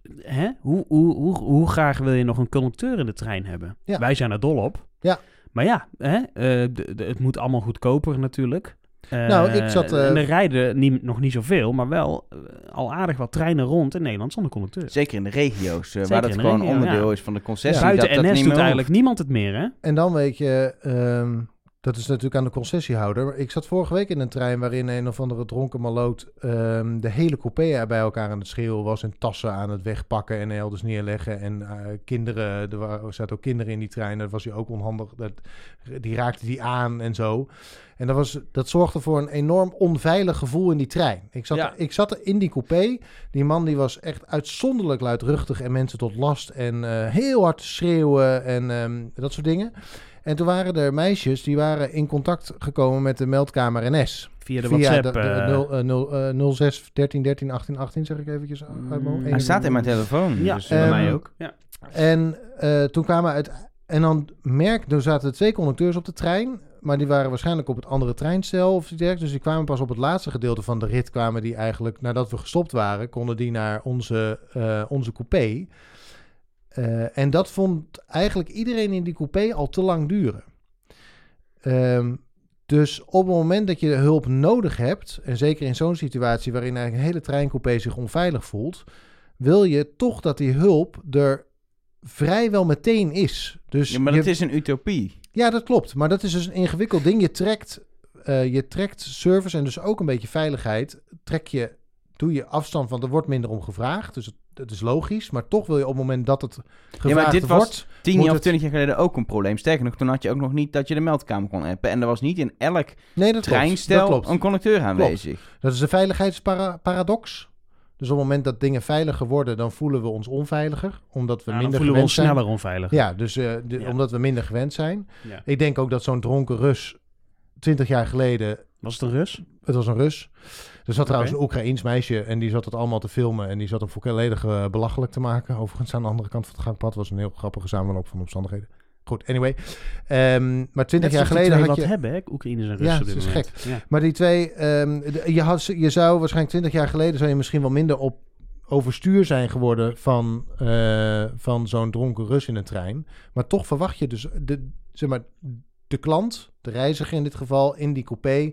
S3: Hoe, hoe, hoe, hoe graag wil je nog een conducteur in de trein hebben?
S2: Ja.
S3: Wij zijn er dol op.
S2: Ja.
S3: Maar ja, hè? eh, de- de- het moet allemaal goedkoper natuurlijk. Eh,
S2: Nou, ik zat, eh,
S3: en er rijden niet, nog niet zoveel, maar wel eh, al aardig wat treinen rond in Nederland zonder conducteur.
S1: Zeker in de regio's, eh,
S3: Zeker
S1: waar dat
S3: in de
S1: gewoon
S3: regio,
S1: onderdeel
S3: ja.
S1: is van de concessie.
S2: Ja.
S1: dat,
S3: Buiten
S1: dat
S3: NS
S1: niet
S3: doet
S1: meer
S3: eigenlijk niemand het meer, hè?
S2: En dan weet je, ehm, Dat is natuurlijk aan de concessiehouder. Maar Ik zat vorige week in een trein waarin een of andere dronken maloot ehm, de hele coupé bij elkaar aan het schreeuwen was. En tassen aan het wegpakken en elders neerleggen. En eh, kinderen, er wa- er zaten ook kinderen in die trein. Dat was hij ook onhandig. Dat, die raakte die aan en zo. En dat, was, dat zorgde voor een enorm onveilig gevoel in die trein. Ik zat,
S5: Ja.
S2: ik zat in die coupé. Die man die was echt uitzonderlijk luidruchtig en mensen tot last. En eh, heel hard schreeuwen en ehm, dat soort dingen. En toen waren er meisjes die waren in contact gekomen met de meldkamer NS.
S3: Via de
S2: Via
S3: WhatsApp.
S2: de, de,
S3: eh,
S2: 0, eh, 0, eh, 06 13 13 18 18 zeg ik eventjes. eh, uit mijn hoofd.
S3: Mm,
S1: Hij staat in mijn telefoon.
S5: Ja.
S1: dus,
S2: Eh,
S3: bij
S1: eh,
S3: mij
S2: ehm,
S3: ook.
S5: Ja.
S2: En eh, toen kwamen uit. En dan merk, er zaten twee conducteurs op de trein. Maar die waren waarschijnlijk op het andere treinstel of iets dergelijks. Dus die kwamen pas op het laatste gedeelte van de rit. Kwamen die eigenlijk, nadat we gestopt waren, konden die naar onze, eh, onze coupé. Eh, en dat vond eigenlijk iedereen in die coupé al te lang duren. Ehm, dus op het moment dat je hulp nodig hebt, en zeker in zo'n situatie waarin eigenlijk een hele treincoupé zich onveilig voelt, wil je toch dat die hulp er vrijwel meteen is. Dus
S1: ja, maar
S2: je-
S1: dat is een utopie.
S2: ja, dat klopt. Maar dat is dus een ingewikkeld ding. Je trekt, eh, je trekt service en dus ook een beetje veiligheid. Trek je, doe je afstand, want er wordt minder om gevraagd. Dus het, het is logisch. Maar toch wil je op het moment dat het gevraagd
S1: dit was-
S2: wordt...
S1: Tien
S2: Moet
S1: jaar of
S2: het-
S1: twintig jaar geleden ook een probleem. Sterker nog, toen had je ook nog niet dat je de meldkamer kon appen. En er was niet in elk
S2: nee, dat
S1: treinstel
S2: Klopt. Dat,
S1: een
S2: klopt.
S1: conducteur aanwezig.
S2: dat is de veiligheidsparadox. Dus op het moment dat dingen veiliger worden, dan voelen we ons onveiliger. Omdat we
S3: Nou, dan
S2: minder
S3: voelen we ons
S2: gewend zijn.
S3: sneller onveilig.
S2: Ja, dus eh, de-
S3: Ja.
S2: omdat we minder gewend zijn.
S3: Ja.
S2: Ik denk ook dat zo'n dronken Rus 20 jaar geleden
S3: Was het een Rus?
S2: Het was een Rus. Er zat trouwens een Oekraïens meisje en die zat het allemaal te filmen. En die zat hem volledig eh, belachelijk te maken. Overigens aan de andere kant van het gangpad was een heel grappige samenloop van omstandigheden. Goed, anyway. Ehm, maar twintig jaar geleden had
S3: wat
S2: je...
S3: hebben, hè? Oekraïners en Russen.
S2: Ja,
S3: op dit
S2: het is
S3: moment.
S2: gek.
S3: Ja.
S2: Maar die twee... ehm, de- je, had, je zou waarschijnlijk twintig jaar geleden... zou je misschien wel minder op overstuur zijn geworden van, eh, van zo'n dronken Rus in een trein. Maar toch verwacht je dus... De, zeg maar, de klant, de reiziger in dit geval, in die coupé...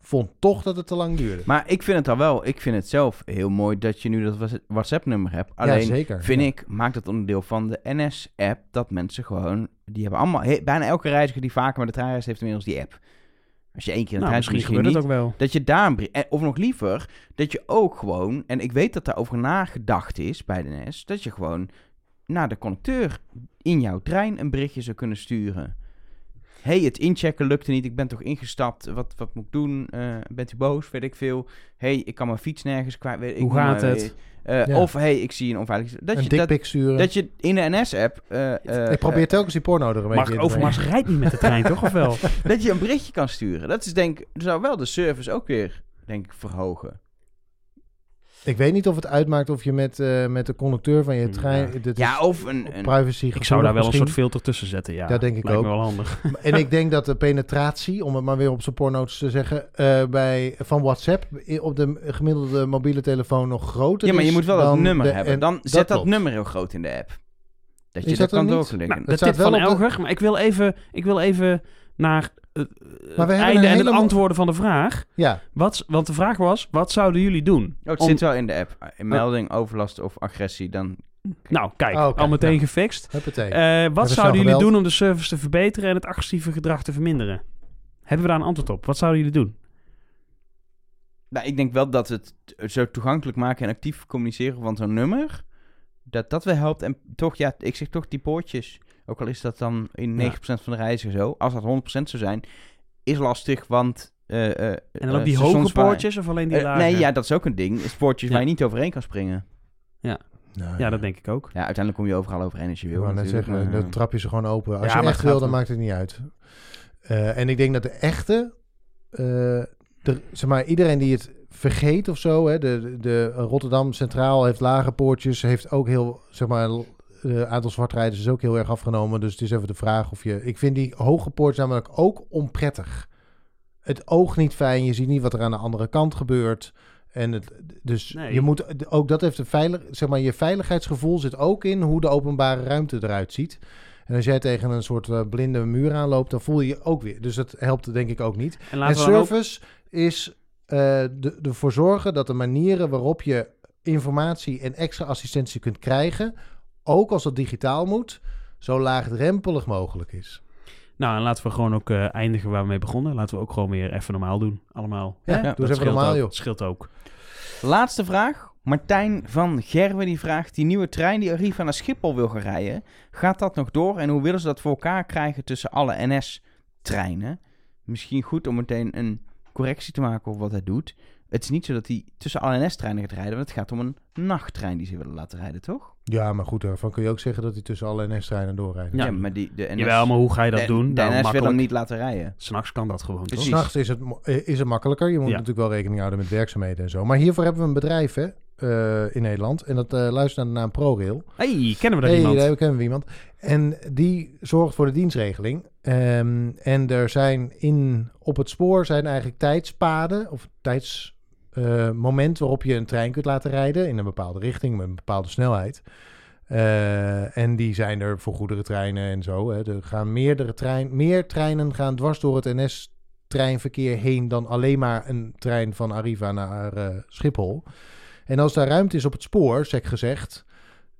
S2: vond toch dat het te lang duurde.
S1: Maar ik vind het al wel, ik vind het zelf heel mooi dat je nu dat WhatsApp-nummer hebt.
S2: ja,
S1: Alleen
S2: zeker.
S1: vind
S2: Ja.
S1: ik, maakt het onderdeel van de NS-app dat mensen gewoon, die hebben allemaal, he- bijna elke reiziger die vaker met de trein reist, heeft inmiddels die app. Als je één keer een
S3: Nou,
S1: trein
S3: misschien
S1: misschien
S3: gebeurt
S1: niet,
S3: het ook wel.
S1: dat je daar een brie- eh, of nog liever, dat je ook gewoon, en ik weet dat daarover nagedacht is bij de NS, dat je gewoon naar de conducteur in jouw trein een berichtje zou kunnen sturen. hey, het inchecken lukte niet, ik ben toch ingestapt, wat, wat moet ik doen? Eh, bent u boos, weet ik veel. hey, ik kan mijn fiets nergens kwijt. weet ik
S3: Hoe
S1: niet,
S3: gaat
S1: maar,
S3: het?
S1: eh, eh,
S2: Ja.
S1: Of hey, ik zie een onveilige... Dat
S2: een
S1: je dat,
S2: dikpik sturen.
S1: dat je in de NS-app... eh, eh,
S2: ik probeer telkens die porno er een beetje in
S3: Mark
S2: te brengen.
S3: Overmars rijdt niet met de trein, toch? Of wel?
S1: eh, dat je een berichtje kan sturen. Dat is denk zou wel de service ook weer, denk ik, verhogen.
S2: Ik weet niet of het uitmaakt of je met, eh, met de conducteur van je
S3: Ja.
S2: trein... Dit is
S1: Ja, of een... een
S2: privacy
S3: Ik zou daar wel een soort
S2: gevoelig
S3: filter tussen zetten, ja.
S2: Ja, denk ik
S3: Lijkt me
S2: ook.
S3: wel handig.
S2: misschien. En ik denk dat de penetratie, om het maar weer op zijn porno's te zeggen... eh, bij, van WhatsApp i- op de gemiddelde mobiele telefoon nog groter
S1: ja, maar je
S2: is
S1: moet wel
S2: dan
S1: dat nummer
S2: de-
S1: hebben.
S2: en
S1: Dan zet dat
S2: klopt.
S1: nummer heel groot in de app. Dat je
S2: Is
S1: dat
S2: dat
S1: kan
S2: dan niet?
S1: doorklikken.
S3: Nou, de
S2: staat
S3: tip
S2: wel
S3: van
S2: op de-
S3: Elger, maar ik wil even, ik wil even naar eh, het
S2: hebben een
S3: einde en het
S2: hele mo-
S3: antwoorden van de vraag.
S2: Ja,
S3: Wat, want de vraag was, wat zouden jullie doen?
S1: Oh, het
S3: Om-
S1: zit wel in de app. Een melding, overlast of agressie, dan...
S3: nou, kijk,
S2: Oh, oké.
S3: al meteen
S2: Ja.
S3: gefixt.
S2: huppatee.
S3: Eh, wat
S2: snel
S3: zouden jullie
S2: gebeld.
S3: doen om de service te verbeteren en het agressieve gedrag te verminderen? Hebben we daar een antwoord op? Wat zouden jullie doen?
S1: Nou, ik denk wel dat het t- zo toegankelijk maken en actief communiceren van zo'n nummer... Dat dat wel helpt. En toch, ja, ik zeg toch die poortjes. Ook al is dat dan in
S3: Ja.
S1: 90% van de reizen zo. Als dat 100% zou zijn, is lastig, want... eh, eh,
S3: En dan ook
S1: eh,
S3: die
S1: stations
S3: hoge
S1: waar-
S3: poortjes of alleen die
S1: Eh,
S3: lage?
S1: nee, ja, dat is ook een ding. Is poortjes
S3: Ja.
S1: waar je niet overheen kan springen.
S2: Nou,
S3: ja, dat denk ik ook.
S1: Ja, uiteindelijk kom je overal overheen als je
S2: Ik
S1: wil.
S2: wou net
S1: natuurlijk,
S2: zeggen,
S1: maar, eh,
S2: dan trap je ze gewoon open. Als
S3: Ja, maar
S2: je
S3: het
S2: echt
S3: gaat
S2: wil, dan
S3: om-
S2: maakt het niet uit. Eh, en ik denk dat de echte, eh, de, zeg maar, iedereen die het vergeet of zo, hè, de, de, de Rotterdam Centraal heeft lage poortjes, heeft ook heel, zeg maar, l- eh, aantal zwartrijders is ook heel erg afgenomen. Dus het is even de vraag of je. Ik vind die hoge poortjes namelijk ook onprettig. Het oog niet fijn, je ziet niet wat er aan de andere kant gebeurt. En het, dus
S3: Nee.
S2: je moet ook dat heeft een veilig, zeg maar, je veiligheidsgevoel zit ook in hoe de openbare ruimte eruit ziet. En als jij tegen een soort eh, blinde muur aanloopt, dan voel je je ook weer. Dus dat helpt denk ik ook niet.
S3: En laten
S2: en
S3: we dan ook-
S2: service is eh, de- ervoor zorgen dat de manieren waarop je informatie en extra assistentie kunt krijgen, ook als dat digitaal moet, zo laagdrempelig mogelijk is.
S3: Nou, en laten we gewoon ook eh, eindigen waar we mee begonnen. Laten we ook gewoon weer even normaal doen. Allemaal.
S2: Ja,
S1: Ja,
S2: doe
S3: Dat
S2: eens even
S3: scheelt
S2: normaal,
S3: ook.
S2: joh.
S3: scheelt ook.
S1: Laatste vraag. Martijn van Gerwen die vraagt... die nieuwe trein die Arriva naar Schiphol wil gaan rijden... gaat dat nog door? En hoe willen ze dat voor elkaar krijgen tussen alle NS-treinen? Misschien goed om meteen een correctie te maken op wat hij doet. Het is niet zo dat hij tussen alle NS-treinen gaat rijden... want het gaat om een nachttrein die ze willen laten rijden, toch?
S2: Ja, maar goed, daarvan kun je ook zeggen dat hij tussen alle NS-treinen doorrijdt.
S3: Ja.
S1: maar die, de NS,
S3: Jawel, maar hoe ga je dat
S1: de-
S3: doen?
S1: De
S3: Nou,
S1: NS wil hem
S3: makkelijk.
S1: niet laten rijden.
S3: S'nachts kan dat gewoon, toch?
S1: Precies.
S2: S'nachts is het, mo- eh, is het makkelijker. Je moet
S3: Ja.
S2: natuurlijk wel rekening houden met werkzaamheden en zo. Maar hiervoor hebben we een bedrijf hè, eh, in Nederland. En dat eh, luistert naar de naam ProRail.
S3: hey, kennen we daar
S2: Nee,
S3: iemand?
S2: daar kennen we iemand. En die zorgt voor de dienstregeling. Ehm, en er zijn in, op het spoor zijn eigenlijk tijdspaden of tijdsmoment waarop je een trein kunt laten rijden in een bepaalde richting met een bepaalde snelheid. Eh, en die zijn er voor goederentreinen en zo. Hè. Er gaan meerdere trein, meer treinen gaan dwars door het NS-treinverkeer heen dan alleen maar een trein van Arriva naar eh, Schiphol. En als daar ruimte is op het spoor, sec gezegd,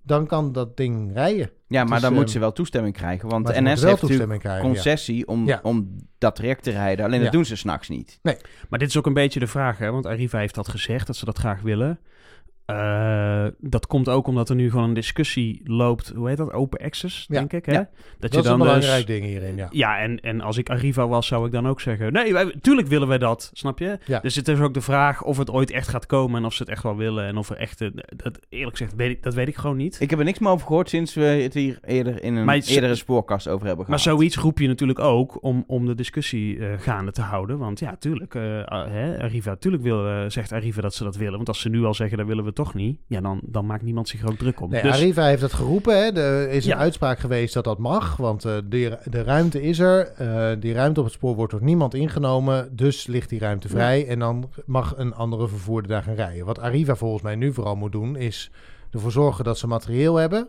S2: dan kan dat ding rijden.
S1: Ja,
S2: Het
S1: maar dan
S2: is, ehm,
S1: moeten ze wel toestemming krijgen. Want
S2: Maar
S1: de
S2: ze moeten
S1: NS
S2: wel
S1: heeft natuurlijk
S2: toestemming krijgen. ja.
S1: concessie om,
S2: Ja.
S1: om dat traject te rijden. Alleen dat
S2: Ja.
S1: doen ze s'nachts niet.
S3: Maar dit is ook een beetje de vraag, hè? Want Arriva heeft dat gezegd, dat ze dat graag willen. Eh, dat komt ook omdat er nu gewoon een discussie loopt. Hoe heet dat? Open access,
S2: Ja.
S3: denk ik, hè?
S1: Ja.
S3: Dat,
S2: Dat,
S3: je
S2: is een
S3: dan
S2: belangrijk
S3: dus...
S2: ding hierin, ja.
S3: Ja, en, en als ik Arriva was, zou ik dan ook zeggen... Nee, wij, tuurlijk willen wij dat, snap je?
S2: Ja.
S3: Dus het is ook de vraag of het ooit echt gaat komen... en of ze het echt wel willen en of er echt... eh, Dat, eerlijk gezegd, weet ik, dat weet ik gewoon niet.
S1: Ik heb er niks meer over gehoord sinds we het hier eerder in een
S3: Maar je-
S1: eerdere spoorkast over hebben
S3: Maar
S1: gehad.
S3: zoiets roep je natuurlijk ook om, om de discussie eh, gaande te houden. Want ja, tuurlijk, eh, ah, hè, Arriva, tuurlijk wil, eh, zegt Arriva dat ze dat willen. Want als ze nu al zeggen, dat willen we toch niet. Ja, dan, dan maakt niemand zich er ook druk om.
S2: Nee,
S3: dus
S2: Arriva heeft dat geroepen. Hè. Er is
S3: Ja.
S2: een uitspraak geweest dat dat mag, want eh, de, de ruimte is er. Eh, die ruimte op het spoor wordt door niemand ingenomen, dus ligt die ruimte vrij. En dan mag een andere vervoerder daar gaan rijden. Wat Arriva volgens mij nu vooral moet doen, is ervoor zorgen dat ze materieel hebben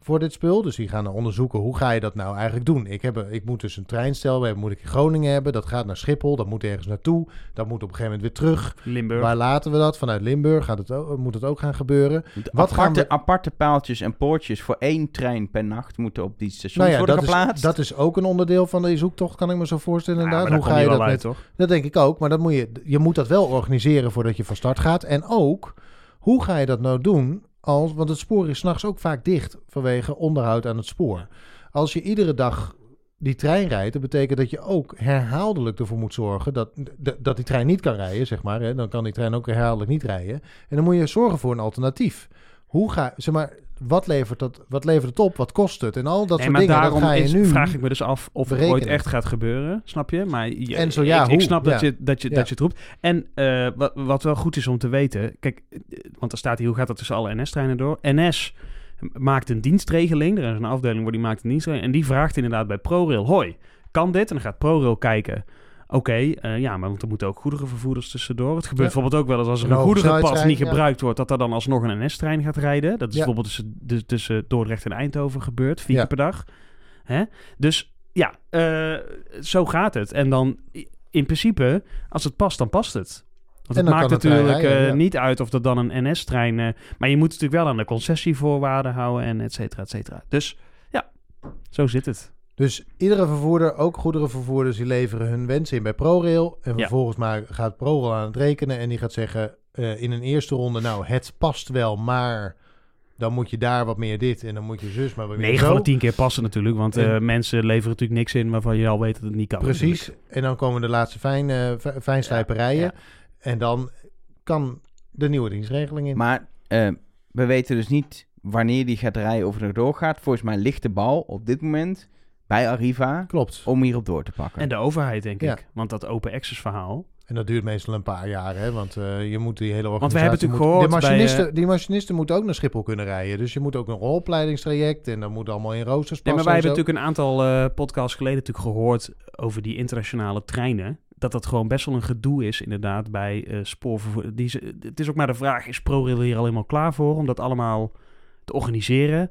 S2: voor dit spul. Dus die gaan onderzoeken, hoe ga je dat nou eigenlijk doen? Ik, heb, een- ik moet dus een treinstel hebben, moet ik in Groningen hebben. Dat gaat naar Schiphol, dat moet ergens naartoe. Dat moet op een gegeven moment weer terug.
S3: Limburg.
S2: Waar laten we dat? Vanuit Limburg gaat het ook, moet het ook gaan gebeuren.
S1: wat
S2: wat gaan
S1: aparte, aparte paaltjes en poortjes voor één trein per nacht moeten op die stations worden
S2: Nou dat is,
S1: geplaatst.
S2: dat is ook een onderdeel van die zoektocht, kan ik me zo voorstellen.
S3: Ja, Nou, maar
S2: Inderdaad.
S3: daar
S2: Hoe
S3: kom
S2: ga je
S3: wel
S2: dat
S3: uit,
S2: met...
S3: toch?
S2: Dat denk ik ook, maar dat moet je, je moet dat wel organiseren voordat je van start gaat. En ook, hoe ga je dat nou doen? Als, want het spoor is s'nachts ook vaak dicht vanwege onderhoud aan het spoor. Als je iedere dag die trein rijdt, dat betekent dat je ook herhaaldelijk ervoor moet zorgen dat, d- dat die trein niet kan rijden, zeg maar. Hè? Dan kan die trein ook herhaaldelijk niet rijden. En dan moet je zorgen voor een alternatief. Hoe ga, zeg maar, wat levert, dat, wat levert het op? Wat kost het? En al dat
S3: Nee,
S2: soort
S3: maar
S2: dingen, dat
S3: daarom
S2: ga je
S3: is-
S2: nu...
S3: vraag ik me dus af of het ooit
S2: berekenen.
S3: echt gaat gebeuren, snap je? Maar je-
S2: En zo ja,
S3: ik, ik
S2: hoe?
S3: snap dat,
S2: Ja.
S3: je, dat, je,
S2: Ja.
S3: dat je het roept. En eh, wat, wat wel goed is om te weten, kijk, eh, want er staat hier hoe gaat dat tussen alle NS-treinen door? NS maakt een dienstregeling, er is een afdeling waar die maakt een dienstregeling, en die vraagt inderdaad bij ProRail, hoi, kan dit? En dan gaat ProRail kijken. Oké, eh, ja, maar want er moeten ook goederenvervoerders tussendoor. Het gebeurt
S2: Ja.
S3: bijvoorbeeld ook wel eens als er
S2: Een
S3: een
S2: hoge
S3: goederenpad niet
S2: snelheidstrein, ja.
S3: gebruikt wordt, dat er dan alsnog een NS-trein gaat rijden. Dat is
S2: Ja.
S3: bijvoorbeeld tussen, dus, tussen Dordrecht en Eindhoven gebeurd, vier
S2: Ja.
S3: keer per dag. Hè? Dus ja, eh, zo gaat het. En dan i- in principe, als het past, dan past het. Want
S2: En
S3: het
S2: dan
S3: maakt
S2: kan de trein
S3: natuurlijk
S2: rijden,
S3: eh,
S2: ja.
S3: niet uit of dat dan een NS-trein... eh, maar je moet natuurlijk wel aan de concessievoorwaarden houden en et cetera, et cetera. Dus ja, zo zit het.
S2: Dus iedere vervoerder, ook goederenvervoerders, die leveren hun wensen in bij ProRail. En
S3: Ja.
S2: vervolgens maar gaat ProRail aan het rekenen en die gaat zeggen eh, in een eerste ronde, nou het past wel, maar dan moet je daar wat meer dit en dan moet je zus maar wat meer
S3: 9 van
S2: zo.
S3: de 10 keer passen natuurlijk, want eh,
S2: En-
S3: mensen leveren natuurlijk niks in waarvan je al weet dat het niet kan.
S2: Precies. En dan komen de laatste fijn, eh, fi- fijnslijperijen.
S3: Ja,
S2: En dan kan de nieuwe dienstregeling in.
S1: Maar eh, we weten dus niet wanneer die gaat rijden of het nog doorgaat. Volgens mij ligt de bal op dit moment bij Arriva
S2: Klopt.
S1: om hierop door te pakken.
S3: En de overheid, denk
S2: Ja.
S3: ik. Want dat open access verhaal...
S2: En dat duurt meestal een paar jaar, hè? Want eh, je moet die hele organisatie...
S3: we hebben natuurlijk
S2: moet-
S3: gehoord bij,
S2: de
S3: eh,
S2: machinisten, Die machinisten moeten ook naar Schiphol kunnen rijden. Dus je moet ook een opleidingstraject... en dat moet allemaal in roosters passen
S3: Nee, maar wij
S2: en
S3: hebben
S2: zo.
S3: natuurlijk een aantal eh, podcasts geleden natuurlijk gehoord over die internationale treinen. Dat dat gewoon best wel een gedoe is, inderdaad, bij eh spoorvervoer. Die ze, het is ook maar de vraag, is ProRail hier al helemaal klaar voor om dat allemaal te organiseren?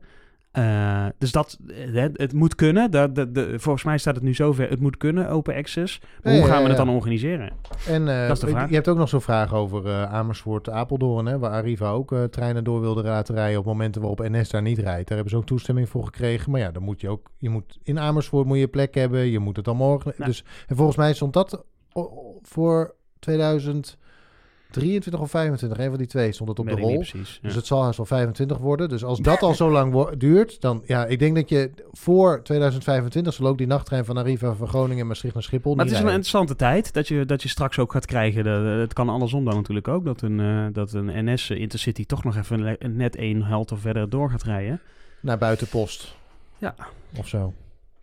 S3: Eh, dus dat, eh, het, het moet kunnen. Dat, dat, de, volgens mij staat het nu zover. Het moet kunnen, open access. Maar
S2: Ja,
S3: hoe
S2: ja,
S3: gaan we
S2: ja.
S3: het dan organiseren?
S2: En eh,
S3: Dat is de vraag.
S2: je hebt ook nog zo'n vraag over eh, Amersfoort-Apeldoorn, hè, waar Arriva ook eh, treinen door wilde laten rijden op momenten waarop NS daar niet rijdt. Daar hebben ze ook toestemming voor gekregen. Maar ja, dan moet je ook, je moet in Amersfoort moet je plek hebben, je moet het dan morgen.
S3: Ja.
S2: Dus en volgens mij stond dat o- voor 2023 of 25, een van die twee stond het op
S3: Weet
S2: de
S3: ik niet
S2: rol.
S3: precies.
S2: Dus
S3: ja.
S2: het zal haast wel 25 worden. Dus als dat al zo lang wo- duurt, dan ja, ik denk dat je voor 2025 zal ook die nachttrein van Arriva van Groningen en Maastricht naar Schiphol
S3: Maar
S2: niet
S3: het is wel een
S2: rijden.
S3: interessante tijd dat je, dat je straks ook gaat krijgen. dat- eh, het kan andersom dan natuurlijk ook. Dat een, eh, dat een NS Intercity toch nog even le- net één helte verder door gaat rijden.
S2: Naar buitenpost.
S3: Ja.
S2: Of zo.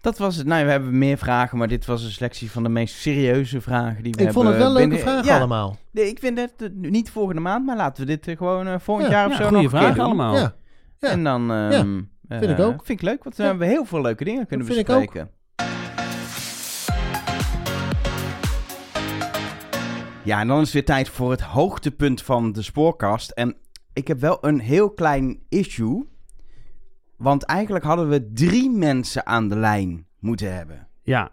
S1: Dat was het. Nou, we hebben meer vragen, maar dit was een selectie van de meest serieuze vragen die we hebben.
S2: Ik vond het wel leuke
S1: binnen-
S2: vragen
S1: ja,
S2: allemaal.
S1: nee, ik vind het eh, niet volgende maand, maar laten we dit eh, gewoon eh, volgend
S2: Ja,
S1: jaar of
S3: Ja,
S1: zo nog
S3: goede
S1: een keer
S3: vraag
S1: doen.
S3: allemaal.
S2: Ja, Ja.
S1: En dan... ehm, eh,
S2: vind ik ook.
S1: Vind ik leuk, want dan
S2: Ja.
S1: hebben we heel veel leuke dingen kunnen
S2: vind ik ook.
S1: bespreken. Ja, en dan is het weer tijd voor het hoogtepunt van de spoorkast. En ik heb wel een heel klein issue. Want eigenlijk hadden we drie mensen aan de lijn moeten hebben.
S3: Ja,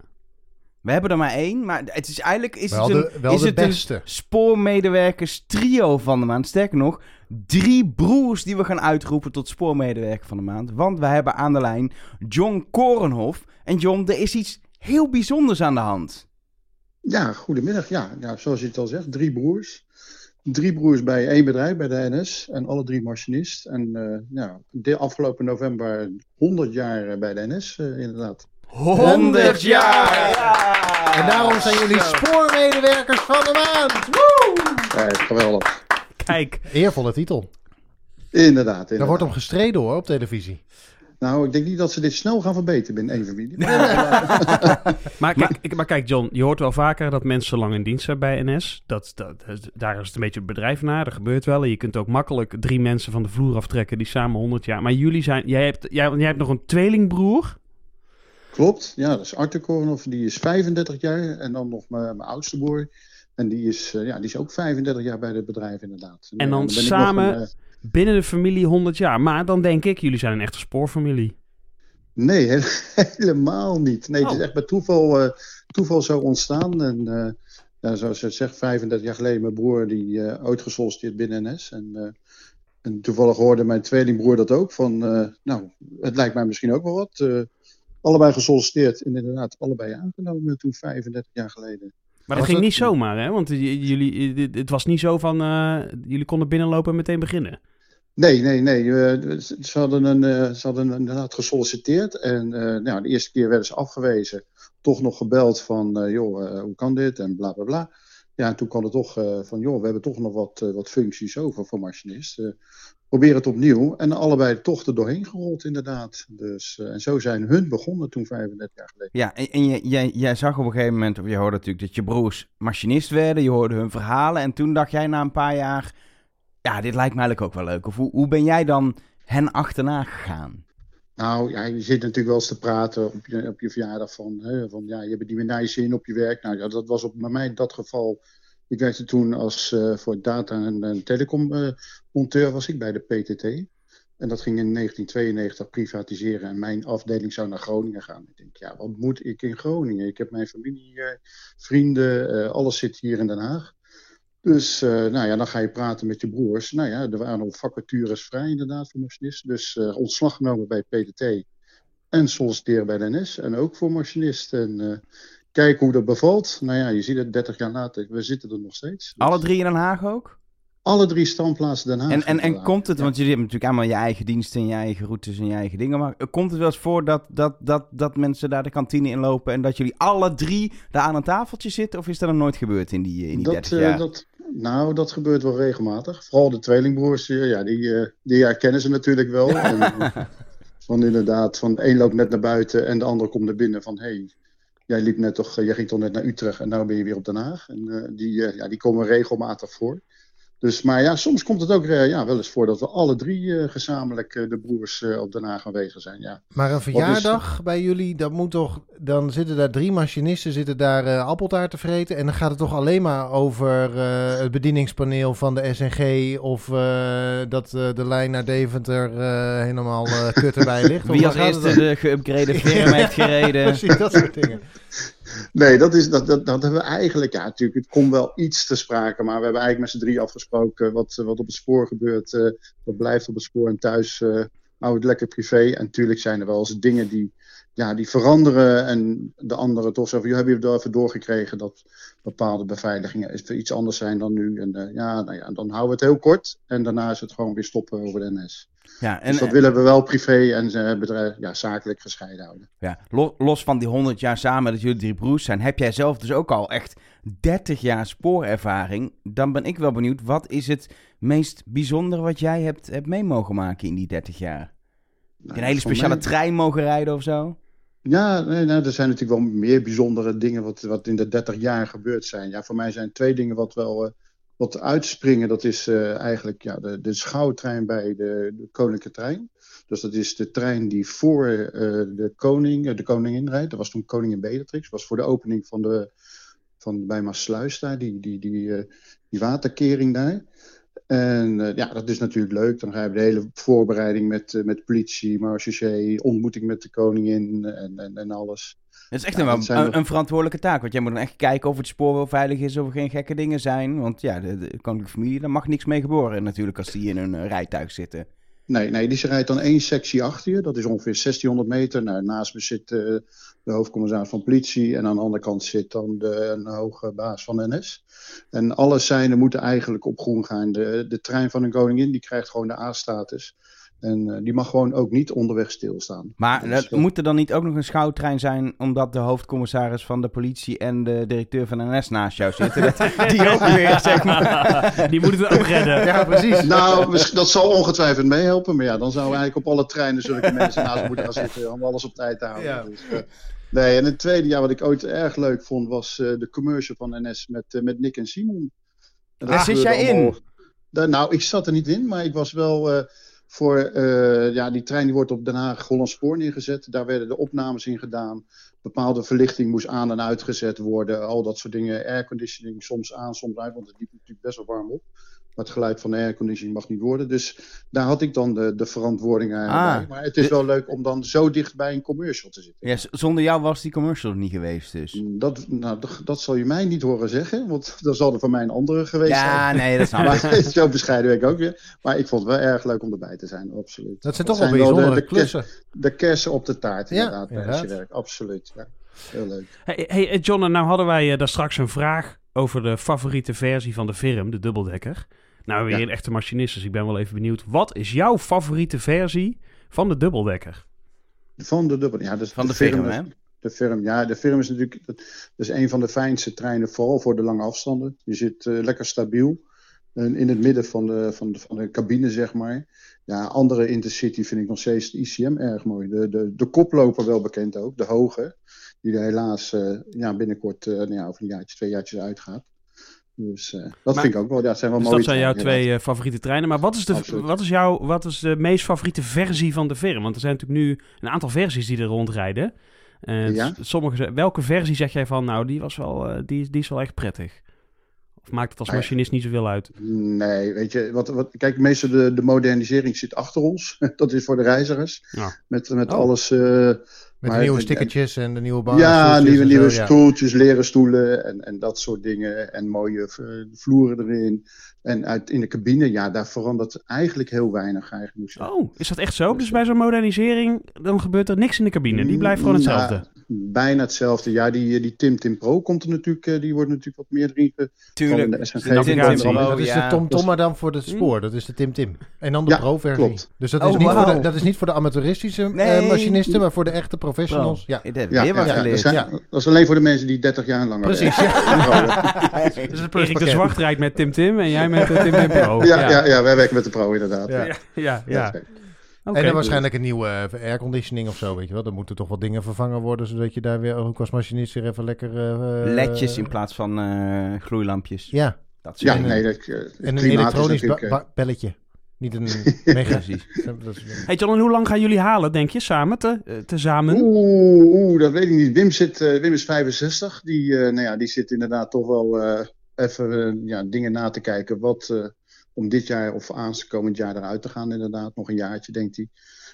S1: We hebben er maar één, maar het is eigenlijk is
S2: wel
S1: het een,
S2: de, wel
S1: is
S2: de
S1: het een
S2: beste.
S1: spoormedewerkers trio van de maand. Sterker nog, drie broers die we gaan uitroepen tot spoormedewerker van de maand. Want we hebben aan de lijn John Korenhof. En John, er is iets heel bijzonders aan de hand.
S6: Ja, goedemiddag. Ja, ja, zoals je het al zegt, drie broers. Drie broers bij één bedrijf, bij de NS. En alle drie machinist. En eh ja, de afgelopen november 100 jaar eh, bij de NS, eh, inderdaad.
S2: 100 jaar!
S1: Ja!
S2: En daarom zijn jullie
S1: Zo.
S2: spoormedewerkers van de maand.
S6: Ja, geweldig.
S3: kijk.
S2: Eervolle titel.
S6: Inderdaad,
S2: Daar
S6: inderdaad.
S2: wordt om gestreden hoor, op televisie.
S6: Nou, ik denk niet dat ze dit snel gaan verbeteren binnen één familie. Maar
S3: Maar kijk, ik- maar kijk, John, je hoort wel vaker dat mensen lang in dienst zijn bij NS. Dat, dat, daar is het een beetje het bedrijf naar. Dat gebeurt wel. En je kunt ook makkelijk drie mensen van de vloer aftrekken die samen 100 jaar. Maar jullie zijn. Jij hebt, jij, jij hebt nog een tweelingbroer.
S6: Klopt, ja, dat is Arthur Kornhoff. Die is 35 jaar. En dan nog mijn, mijn oudste broer. En die is, eh, ja, die is ook 35 jaar bij het bedrijf, inderdaad.
S3: En dan
S6: eh, ben ik nog
S3: samen-
S6: een, eh,
S3: Binnen de familie 100 jaar. Maar dan denk ik, jullie zijn een echte spoorfamilie.
S6: Nee, he- helemaal niet. Nee, het
S3: Oh.
S6: is echt bij toeval, eh, toeval zo ontstaan. En eh, ja, zoals je het zegt, 35 jaar geleden, mijn broer die eh ooit gesolliciteerd binnen NS. En, eh, en toevallig hoorde mijn tweelingbroer dat ook. Van, eh, nou, het lijkt mij misschien ook wel wat. Eh, allebei gesolliciteerd en inderdaad allebei aangenomen toen 35 jaar geleden.
S3: Maar
S2: Was
S3: dat ging
S2: het-
S3: niet zomaar, hè? Want j- j- jullie, j- het was niet zo van. eh, jullie konden binnenlopen en meteen beginnen.
S6: Nee, nee, nee. eh, ze- ze, hadden een, eh, ze hadden inderdaad gesolliciteerd. En eh, nou, de eerste keer werden ze afgewezen. Toch nog gebeld van, eh, joh, eh, hoe kan dit? En bla, bla, bla. Ja, en toen kwam het toch eh, van, joh, we hebben toch nog wat, eh, wat functies over voor machinist. Eh, probeer het opnieuw. En allebei toch er doorheen gerold, inderdaad. Dus, eh, en zo zijn hun begonnen toen 35 jaar geleden.
S1: Ja, en, en jij, jij, jij zag op een gegeven moment, of je hoorde natuurlijk dat je broers machinist werden. Je hoorde hun verhalen. En toen dacht jij na een paar jaar, ja, dit lijkt mij eigenlijk ook wel leuk. Of hoe, hoe ben jij dan hen achterna gegaan?
S6: Nou, ja, je zit natuurlijk wel eens te praten op je, op je verjaardag van, hè, van ja, je hebt die menage in op je werk. Nou ja, dat was op, bij mij in dat geval. Ik werkte toen als eh, voor data en, en telecom eh, monteur was ik bij de PTT. En dat ging in 1992 privatiseren en mijn afdeling zou naar Groningen gaan. Ik denk, ja, wat moet ik in Groningen? Ik heb mijn familie, hier, vrienden, eh, alles zit hier in Den Haag. Dus eh, nou ja, dan ga je praten met je broers. Nou ja, er waren al vacatures vrij inderdaad voor machinisten. Dus eh, ontslag genomen bij PTT en solliciteren bij de NS. En ook voor machinist. En eh, kijken hoe dat bevalt. Nou ja, je ziet het 30 jaar later. We zitten er nog steeds. Dus
S1: Alle drie in Den Haag ook?
S6: alle drie standplaatsen Den Haag.
S1: En, en, en
S6: inderdaad.
S1: komt het,
S6: Ja.
S1: want jullie hebben natuurlijk allemaal je eigen diensten en je eigen routes en je eigen dingen. Maar eh, komt het wel eens voor dat, dat, dat, dat mensen daar de kantine in lopen en dat jullie alle drie daar aan een tafeltje zitten? Of is dat nog nooit gebeurd in die, eh, in die 30
S6: eh,
S1: jaar?
S6: dat, nou, dat gebeurt wel regelmatig. Vooral de tweelingbroers, eh, ja, die, eh, die herkennen ze natuurlijk wel. en, eh, want inderdaad, van de een loopt net naar buiten en de ander komt naar binnen van... Hey, Jij, liep net nou toch, eh, jij ging toch net naar Utrecht en nu ben je weer op Den Haag. En eh, die, eh, ja, die komen regelmatig voor. Dus, maar ja, soms komt het ook eh, ja, wel eens voor dat we alle drie eh, gezamenlijk eh, de broers eh, op Den Haag aanwezig zijn. Ja.
S2: Maar een verjaardag bij jullie, dat moet toch... Dan zitten daar drie machinisten, zitten daar eh, appeltaart te vreten... en dan gaat het toch alleen maar over eh, het bedieningspaneel van de SNG... of eh, dat eh, de lijn naar Deventer eh, helemaal eh, kut erbij ligt? Of
S1: Wie
S2: waar
S1: als
S2: gaat het
S1: eerste
S2: dan?
S1: de geüpgrade firma heeft gereden.
S2: Precies, dat soort dingen.
S6: Nee, dat, is, dat, dat, dat hebben we eigenlijk, ja, natuurlijk, het komt wel iets te sprake, maar we hebben eigenlijk met z'n drie afgesproken wat, eh, wat op het spoor gebeurt, eh, dat blijft op het spoor en thuis eh houden het lekker privé. En natuurlijk zijn er wel eens dingen die, ja, die veranderen en de anderen toch zo van, joh, hebben jullie wel even doorgekregen dat bepaalde beveiligingen iets anders zijn dan nu. En eh, ja, nou ja, dan houden we het heel kort en daarna is het gewoon weer stoppen over de NS.
S1: Ja, en, eh,
S6: dus dat willen we wel privé en eh, bedrijf, ja, zakelijk gescheiden houden.
S1: Ja, lo- los van die 100 jaar samen dat jullie drie broers zijn, heb jij zelf dus ook al echt 30 jaar spoorervaring. Dan ben ik wel benieuwd, wat is het meest bijzondere wat jij hebt, hebt mee mogen maken in die 30 jaar? Heb je een hele
S6: Nou, voor
S1: speciale
S6: mij-
S1: trein mogen rijden of zo?
S6: Ja, nee, nou, er zijn natuurlijk wel meer bijzondere dingen wat, wat in de 30 jaar gebeurd zijn. Ja, voor mij zijn twee dingen wat wel eh, wat uitspringen. Dat is eh, eigenlijk ja, de, de schouwtrein bij de, de Koninklijke Trein. Dus dat is de trein die voor eh, de koning, eh, de koningin rijdt. Dat was toen koningin Beatrix. was voor de opening van de, van bij Maasluis daar, die, die, die, eh, die waterkering daar. En eh, ja, dat is natuurlijk leuk. Dan hebben we de hele voorbereiding met, eh, met politie, marechaussee, ontmoeting met de koningin en, en, en alles.
S1: Dat is echt
S6: Ja,
S1: een,
S6: dat zijn
S1: een,
S6: wel-
S1: een verantwoordelijke taak, want jij moet dan echt kijken of het spoor wel veilig is, of er geen gekke dingen zijn. Want ja, de, de koninklijke familie, daar mag niks mee geboren natuurlijk als die in een eh, rijtuig zitten.
S6: Nee, nee, die rijdt dan één sectie achter je. Dat is ongeveer 1600 meter. Nou, naast me zit eh, de hoofdcommissaris van politie. En aan de andere kant zit dan de, een hoge baas van de NS. En alle seinen moeten eigenlijk op groen gaan. De, de trein van een koningin die krijgt gewoon de A-status. En eh, die mag gewoon ook niet onderweg stilstaan.
S1: Maar
S6: Dus
S1: dat,
S6: dat-
S1: moet er dan niet ook nog een schouwtrein zijn, omdat de hoofdcommissaris van de politie en de directeur van NS naast jou zitten? Dat, die ook weer, zeg maar.
S3: Die moet het ook redden.
S2: Ja, precies.
S6: Nou, misschien- dat zal ongetwijfeld meehelpen. Maar ja, dan zouden we eigenlijk op alle treinen zulke mensen naast moeten gaan zitten om alles op tijd te houden.
S2: Ja.
S6: Dus, eh, nee, en het tweede jaar wat ik ooit erg leuk vond was eh, de commercial van NS met, eh, met Nick en Simon. En dat
S1: Daar Ah, zit
S6: gebeurde
S1: jij in?
S6: allemaal- Daar- nou, ik zat er niet in, maar ik was wel eh, voor... eh, ja, die trein die wordt op Den Haag Holland Spoor neergezet. Daar werden de opnames in gedaan. Bepaalde verlichting moest aan en uitgezet worden. Al dat soort dingen. Airconditioning soms aan, soms uit. Want het liep natuurlijk best wel warm op. Maar het geluid van de airconditioning mag niet worden. Dus daar had ik dan de, de verantwoording aan.
S1: Ah.
S6: bij. maar het is wel leuk om dan zo dicht bij een commercial te zitten.
S1: Ja, z- zonder jou was die commercial er niet geweest, dus.
S6: Dat, nou, dat, dat zal je mij niet horen zeggen. Want dan zal er van mij een andere geweest
S1: Ja,
S6: zijn.
S1: nee, dat snap ik.
S6: Maar zo bescheiden ben ik ook weer. Maar ik vond het wel erg leuk om erbij te zijn, absoluut.
S2: Dat zijn
S6: Dat
S2: toch wel
S6: zijn wel de-
S2: bijzondere
S6: de kerst-
S2: klussen.
S6: De kersen op de taart,
S2: Ja,
S6: inderdaad, tijdens je
S2: inderdaad.
S6: werk. Absoluut, ja. Heel leuk.
S3: Hey, hey, eh, John, en nou hadden wij eh, daar straks een vraag over de favoriete versie van de firm, de dubbeldekker. Nou, weer
S6: Ja.
S3: een echte machinist, dus ik ben wel even benieuwd. Wat is jouw favoriete versie van de dubbeldekker?
S6: Van de dubbel. Ja, dat is
S1: Van de
S6: firma.
S1: firma, hè?
S6: De firm, ja, de firm is natuurlijk dat is een van de fijnste treinen, vooral voor de lange afstanden. Je zit eh, lekker stabiel en in het midden van de, van, de, van de cabine, zeg maar. Ja, andere intercity vind ik nog steeds de ICM erg mooi. De, de, de koploper wel bekend ook, de hoge, die er helaas eh, ja, binnenkort eh, nou ja, over een jaartje, twee jaartjes uitgaat. Dus eh, dat
S3: Maar-
S6: vind ik ook wel. Ja, het zijn wel
S3: Dus
S6: mooie
S3: dat zijn jouw
S6: treinen,
S3: twee eh, favoriete treinen. Maar wat is, de,
S6: Absoluut.
S3: wat, is jouw, wat is de meest favoriete versie van de firm? Want er zijn natuurlijk nu een aantal versies die er rondrijden. Eh,
S6: Ja.
S3: s- sommige, ze- welke versie zeg jij van, nou, die, was wel, eh, die, die is wel echt prettig? Of maakt het als
S6: Nou ja.
S3: machinist niet zoveel uit?
S6: Nee, weet je, wat, wat, kijk, meestal de, de modernisering zit achter ons. Dat is voor de reizigers.
S3: Ja.
S6: Met, met
S3: Oh.
S6: alles. eh,
S2: Met de
S6: Maar
S2: nieuwe
S6: het-
S2: stickertjes en de nieuwe baan.
S6: ja, nieuwe, nieuwe
S2: stoel.
S6: stoeltjes, leren stoelen en, en dat soort dingen. En mooie eh, vloeren erin. En uit, in de cabine, ja, daar verandert eigenlijk heel weinig eigenlijk. moet ik zeggen.
S3: Oh, is dat echt zo? Dus bij zo'n modernisering, dan gebeurt er niks in de cabine. Die blijft gewoon
S6: Nou,
S3: hetzelfde.
S6: bijna hetzelfde. Ja, die, eh, die Tim Tim Pro komt er natuurlijk, eh, die wordt natuurlijk wat meer erin. ge-
S1: Tuurlijk.
S6: Van de SNG.
S1: Zit in
S3: Dat
S1: Tim Pro,
S2: dat is
S1: Oh, ja. Dus- Hm.
S2: de Tom
S6: Dat
S2: Tom,
S6: is-
S2: maar dan voor het spoor. Dat is de Tim Tim. En dan de
S6: Ja,
S2: pro-versie.
S6: klopt.
S2: Dus dat,
S1: Oh,
S2: is niet voor de,
S1: wauw.
S2: dat is niet voor de amateuristische eh,
S1: Nee.
S2: machinisten, maar voor de echte professionals. Ja,
S1: Ik heb
S6: Ja,
S1: weer
S6: ja,
S1: wat
S6: ja, dat,
S1: geleerd.
S6: zijn-
S2: Ja.
S6: dat is alleen voor de mensen die 30 jaar langer
S2: precies.
S6: werken.
S2: Ja.
S1: Ja.
S2: Dat is het
S3: Dus Erik de
S2: pluspakket.
S3: Zwart rijdt met Tim Tim en jij met eh, Tim Tim Pro.
S6: Ja, ja. Ja, wij werken met de Pro inderdaad.
S2: Ja.
S3: ja. ja, ja.
S6: Oké.
S3: Oké.
S2: En
S1: dus-
S2: dan waarschijnlijk een nieuwe eh, airconditioning of zo, weet je wel. Dan moeten toch wat dingen vervangen worden, zodat je daar weer ook als machinist weer even lekker... eh,
S1: Ledjes in plaats van eh, gloeilampjes.
S2: Ja,
S1: Dat
S6: Ja,
S1: soort dingen.
S6: nee, dat, eh, het
S2: En een
S6: klimaat is
S2: elektronisch
S6: natuurlijk,
S2: ba-
S6: eh,
S2: ba- belletje. Niet een mega.
S1: Precies.
S2: Dat is-
S3: Hey John, en hoe lang gaan jullie halen, denk je, samen? Te, eh, tezamen?
S6: Oeh, oeh, dat weet ik niet. Wim, zit, eh, Wim is 65. Die, eh, nou ja, die zit inderdaad toch wel eh, even eh, ja, dingen na te kijken. Wat eh, om dit jaar of aankomend jaar eruit te gaan, inderdaad. Nog een jaartje, denkt hij.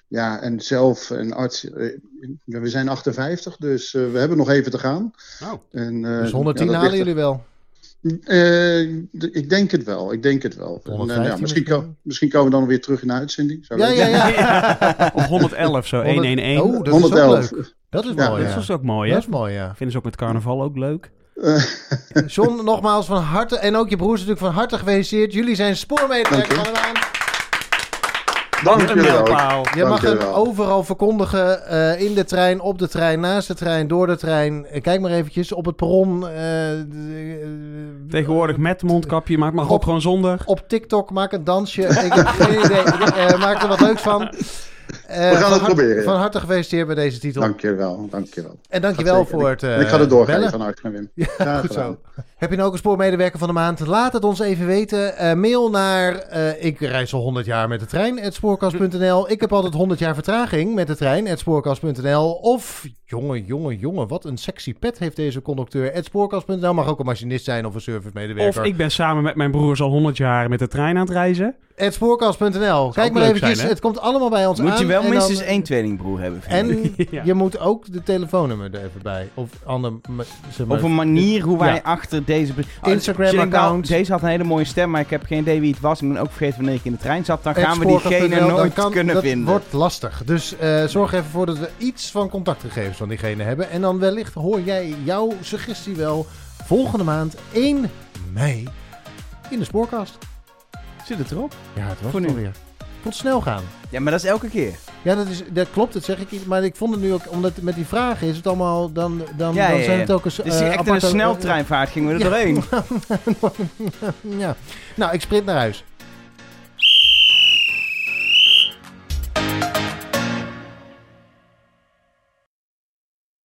S6: Ja, en zelf een arts. eh, we zijn 58, dus eh, we hebben nog even te gaan.
S3: Oh.
S6: En, eh,
S2: Dus 110
S6: ja, dat
S2: halen
S6: ligt-
S2: jullie wel.
S6: Eh, d- ik denk het wel, ik denk het wel. En, eh,
S2: 115
S6: ja, misschien,
S2: misschien?
S6: ko- misschien komen we dan weer terug in de uitzending. Zou
S2: Ja,
S6: leuk
S2: ja,
S6: zijn.
S2: ja.
S3: Of 111, zo,
S2: 100
S3: 111.
S2: Oh, dat is
S6: 111.
S2: ook leuk. Dat is
S6: Ja,
S2: mooi,
S3: dat
S2: ja.
S3: is ook mooi, hè?
S2: Dat is mooi, ja.
S3: Vinden ze ook met carnaval ook leuk.
S6: Eh,
S2: John, nogmaals van harte. En ook je broers natuurlijk van harte gefeliciteerd. Jullie zijn spoormeter.
S6: Dank je.
S2: Karel-Haan.
S6: dank
S3: Een
S6: jullie wel.
S3: mijlpaal.
S2: Je mag hem
S6: Dankjewel.
S2: overal verkondigen. eh, in de trein, op de trein, naast de trein, door de trein. Eh, kijk maar eventjes op het perron. eh, d- eh,
S3: Tegenwoordig met mondkapje, maar het mag ook gewoon zonder.
S2: Op TikTok, maak een dansje. Ik heb geen idee. Eh, maak er wat leuks van. Eh,
S6: het
S2: van harte-
S6: proberen.
S2: Van harte gefeliciteerd bij deze titel.
S6: Dank je wel, dank je wel.
S2: En dankjewel
S6: Gaat zeker.
S2: voor het eh
S6: En ik ga het doorgeven
S2: bellen.
S6: van Art en Wim.
S2: Ja,
S6: Graag
S2: goed
S6: gedaan.
S2: zo. Heb je nou ook een spoormedewerker van de maand? Laat het ons even weten. Eh, mail naar eh, ik reis al 100 jaar met de trein, at spoorkast.nl. Ik heb altijd 100 jaar vertraging met de trein, at spoorkast.nl. Of, jongen, jongen, jongen, wat een sexy pet heeft deze conducteur, at spoorkast.nl. Mag ook een machinist zijn of een
S3: Of
S2: servicemedewerker.
S3: ik ben samen met mijn broers al 100 jaar met de trein aan het reizen.
S2: At spoorkast.nl. Kijk
S3: ook
S2: maar
S3: leuk
S2: eventjes,
S3: zijn, hè?
S2: het komt allemaal bij ons aan.
S1: Moet je wel
S2: en dan-
S1: minstens één tweelingbroer hebben. vind ik.
S2: En
S3: Ja.
S2: je moet ook de telefoonnummer er even bij. Of ander... me- zeg maar-
S1: Op een manier hoe wij
S3: Ja.
S1: achter deze... be- Oh,
S2: Instagram
S1: Jillian Daal-
S2: account.
S1: Deze had een hele mooie stem, maar ik heb geen idee wie het was. Ik ben ook vergeten wanneer ik in de trein zat. Dan gaan we
S2: spoorkast.nl,
S1: diegene
S2: dan
S1: nooit
S2: kan-
S1: kunnen
S2: dat
S1: vinden.
S2: wordt lastig. Dus eh, zorg even voor dat we iets van contactgegevens van diegene hebben. En dan wellicht hoor jij jouw suggestie wel volgende maand 1 mei in de spoorkast.
S1: Zit het erop?
S2: Ja, het was
S1: Voor
S2: het
S1: nu.
S2: alweer. Ik vond het snel gaan.
S1: Ja, maar dat is elke keer.
S2: Ja, dat, is, dat klopt, dat zeg ik niet. Maar ik vond het nu ook, omdat met die vragen is het allemaal, dan, dan,
S1: Ja,
S2: dan
S1: ja,
S2: zijn
S1: ja.
S2: het ook eens
S1: Dus die
S2: eh,
S1: echt in een
S2: aparte-
S1: sneltreinvaart gingen we er
S2: Ja.
S1: doorheen.
S2: ja. Nou, ik sprint naar huis.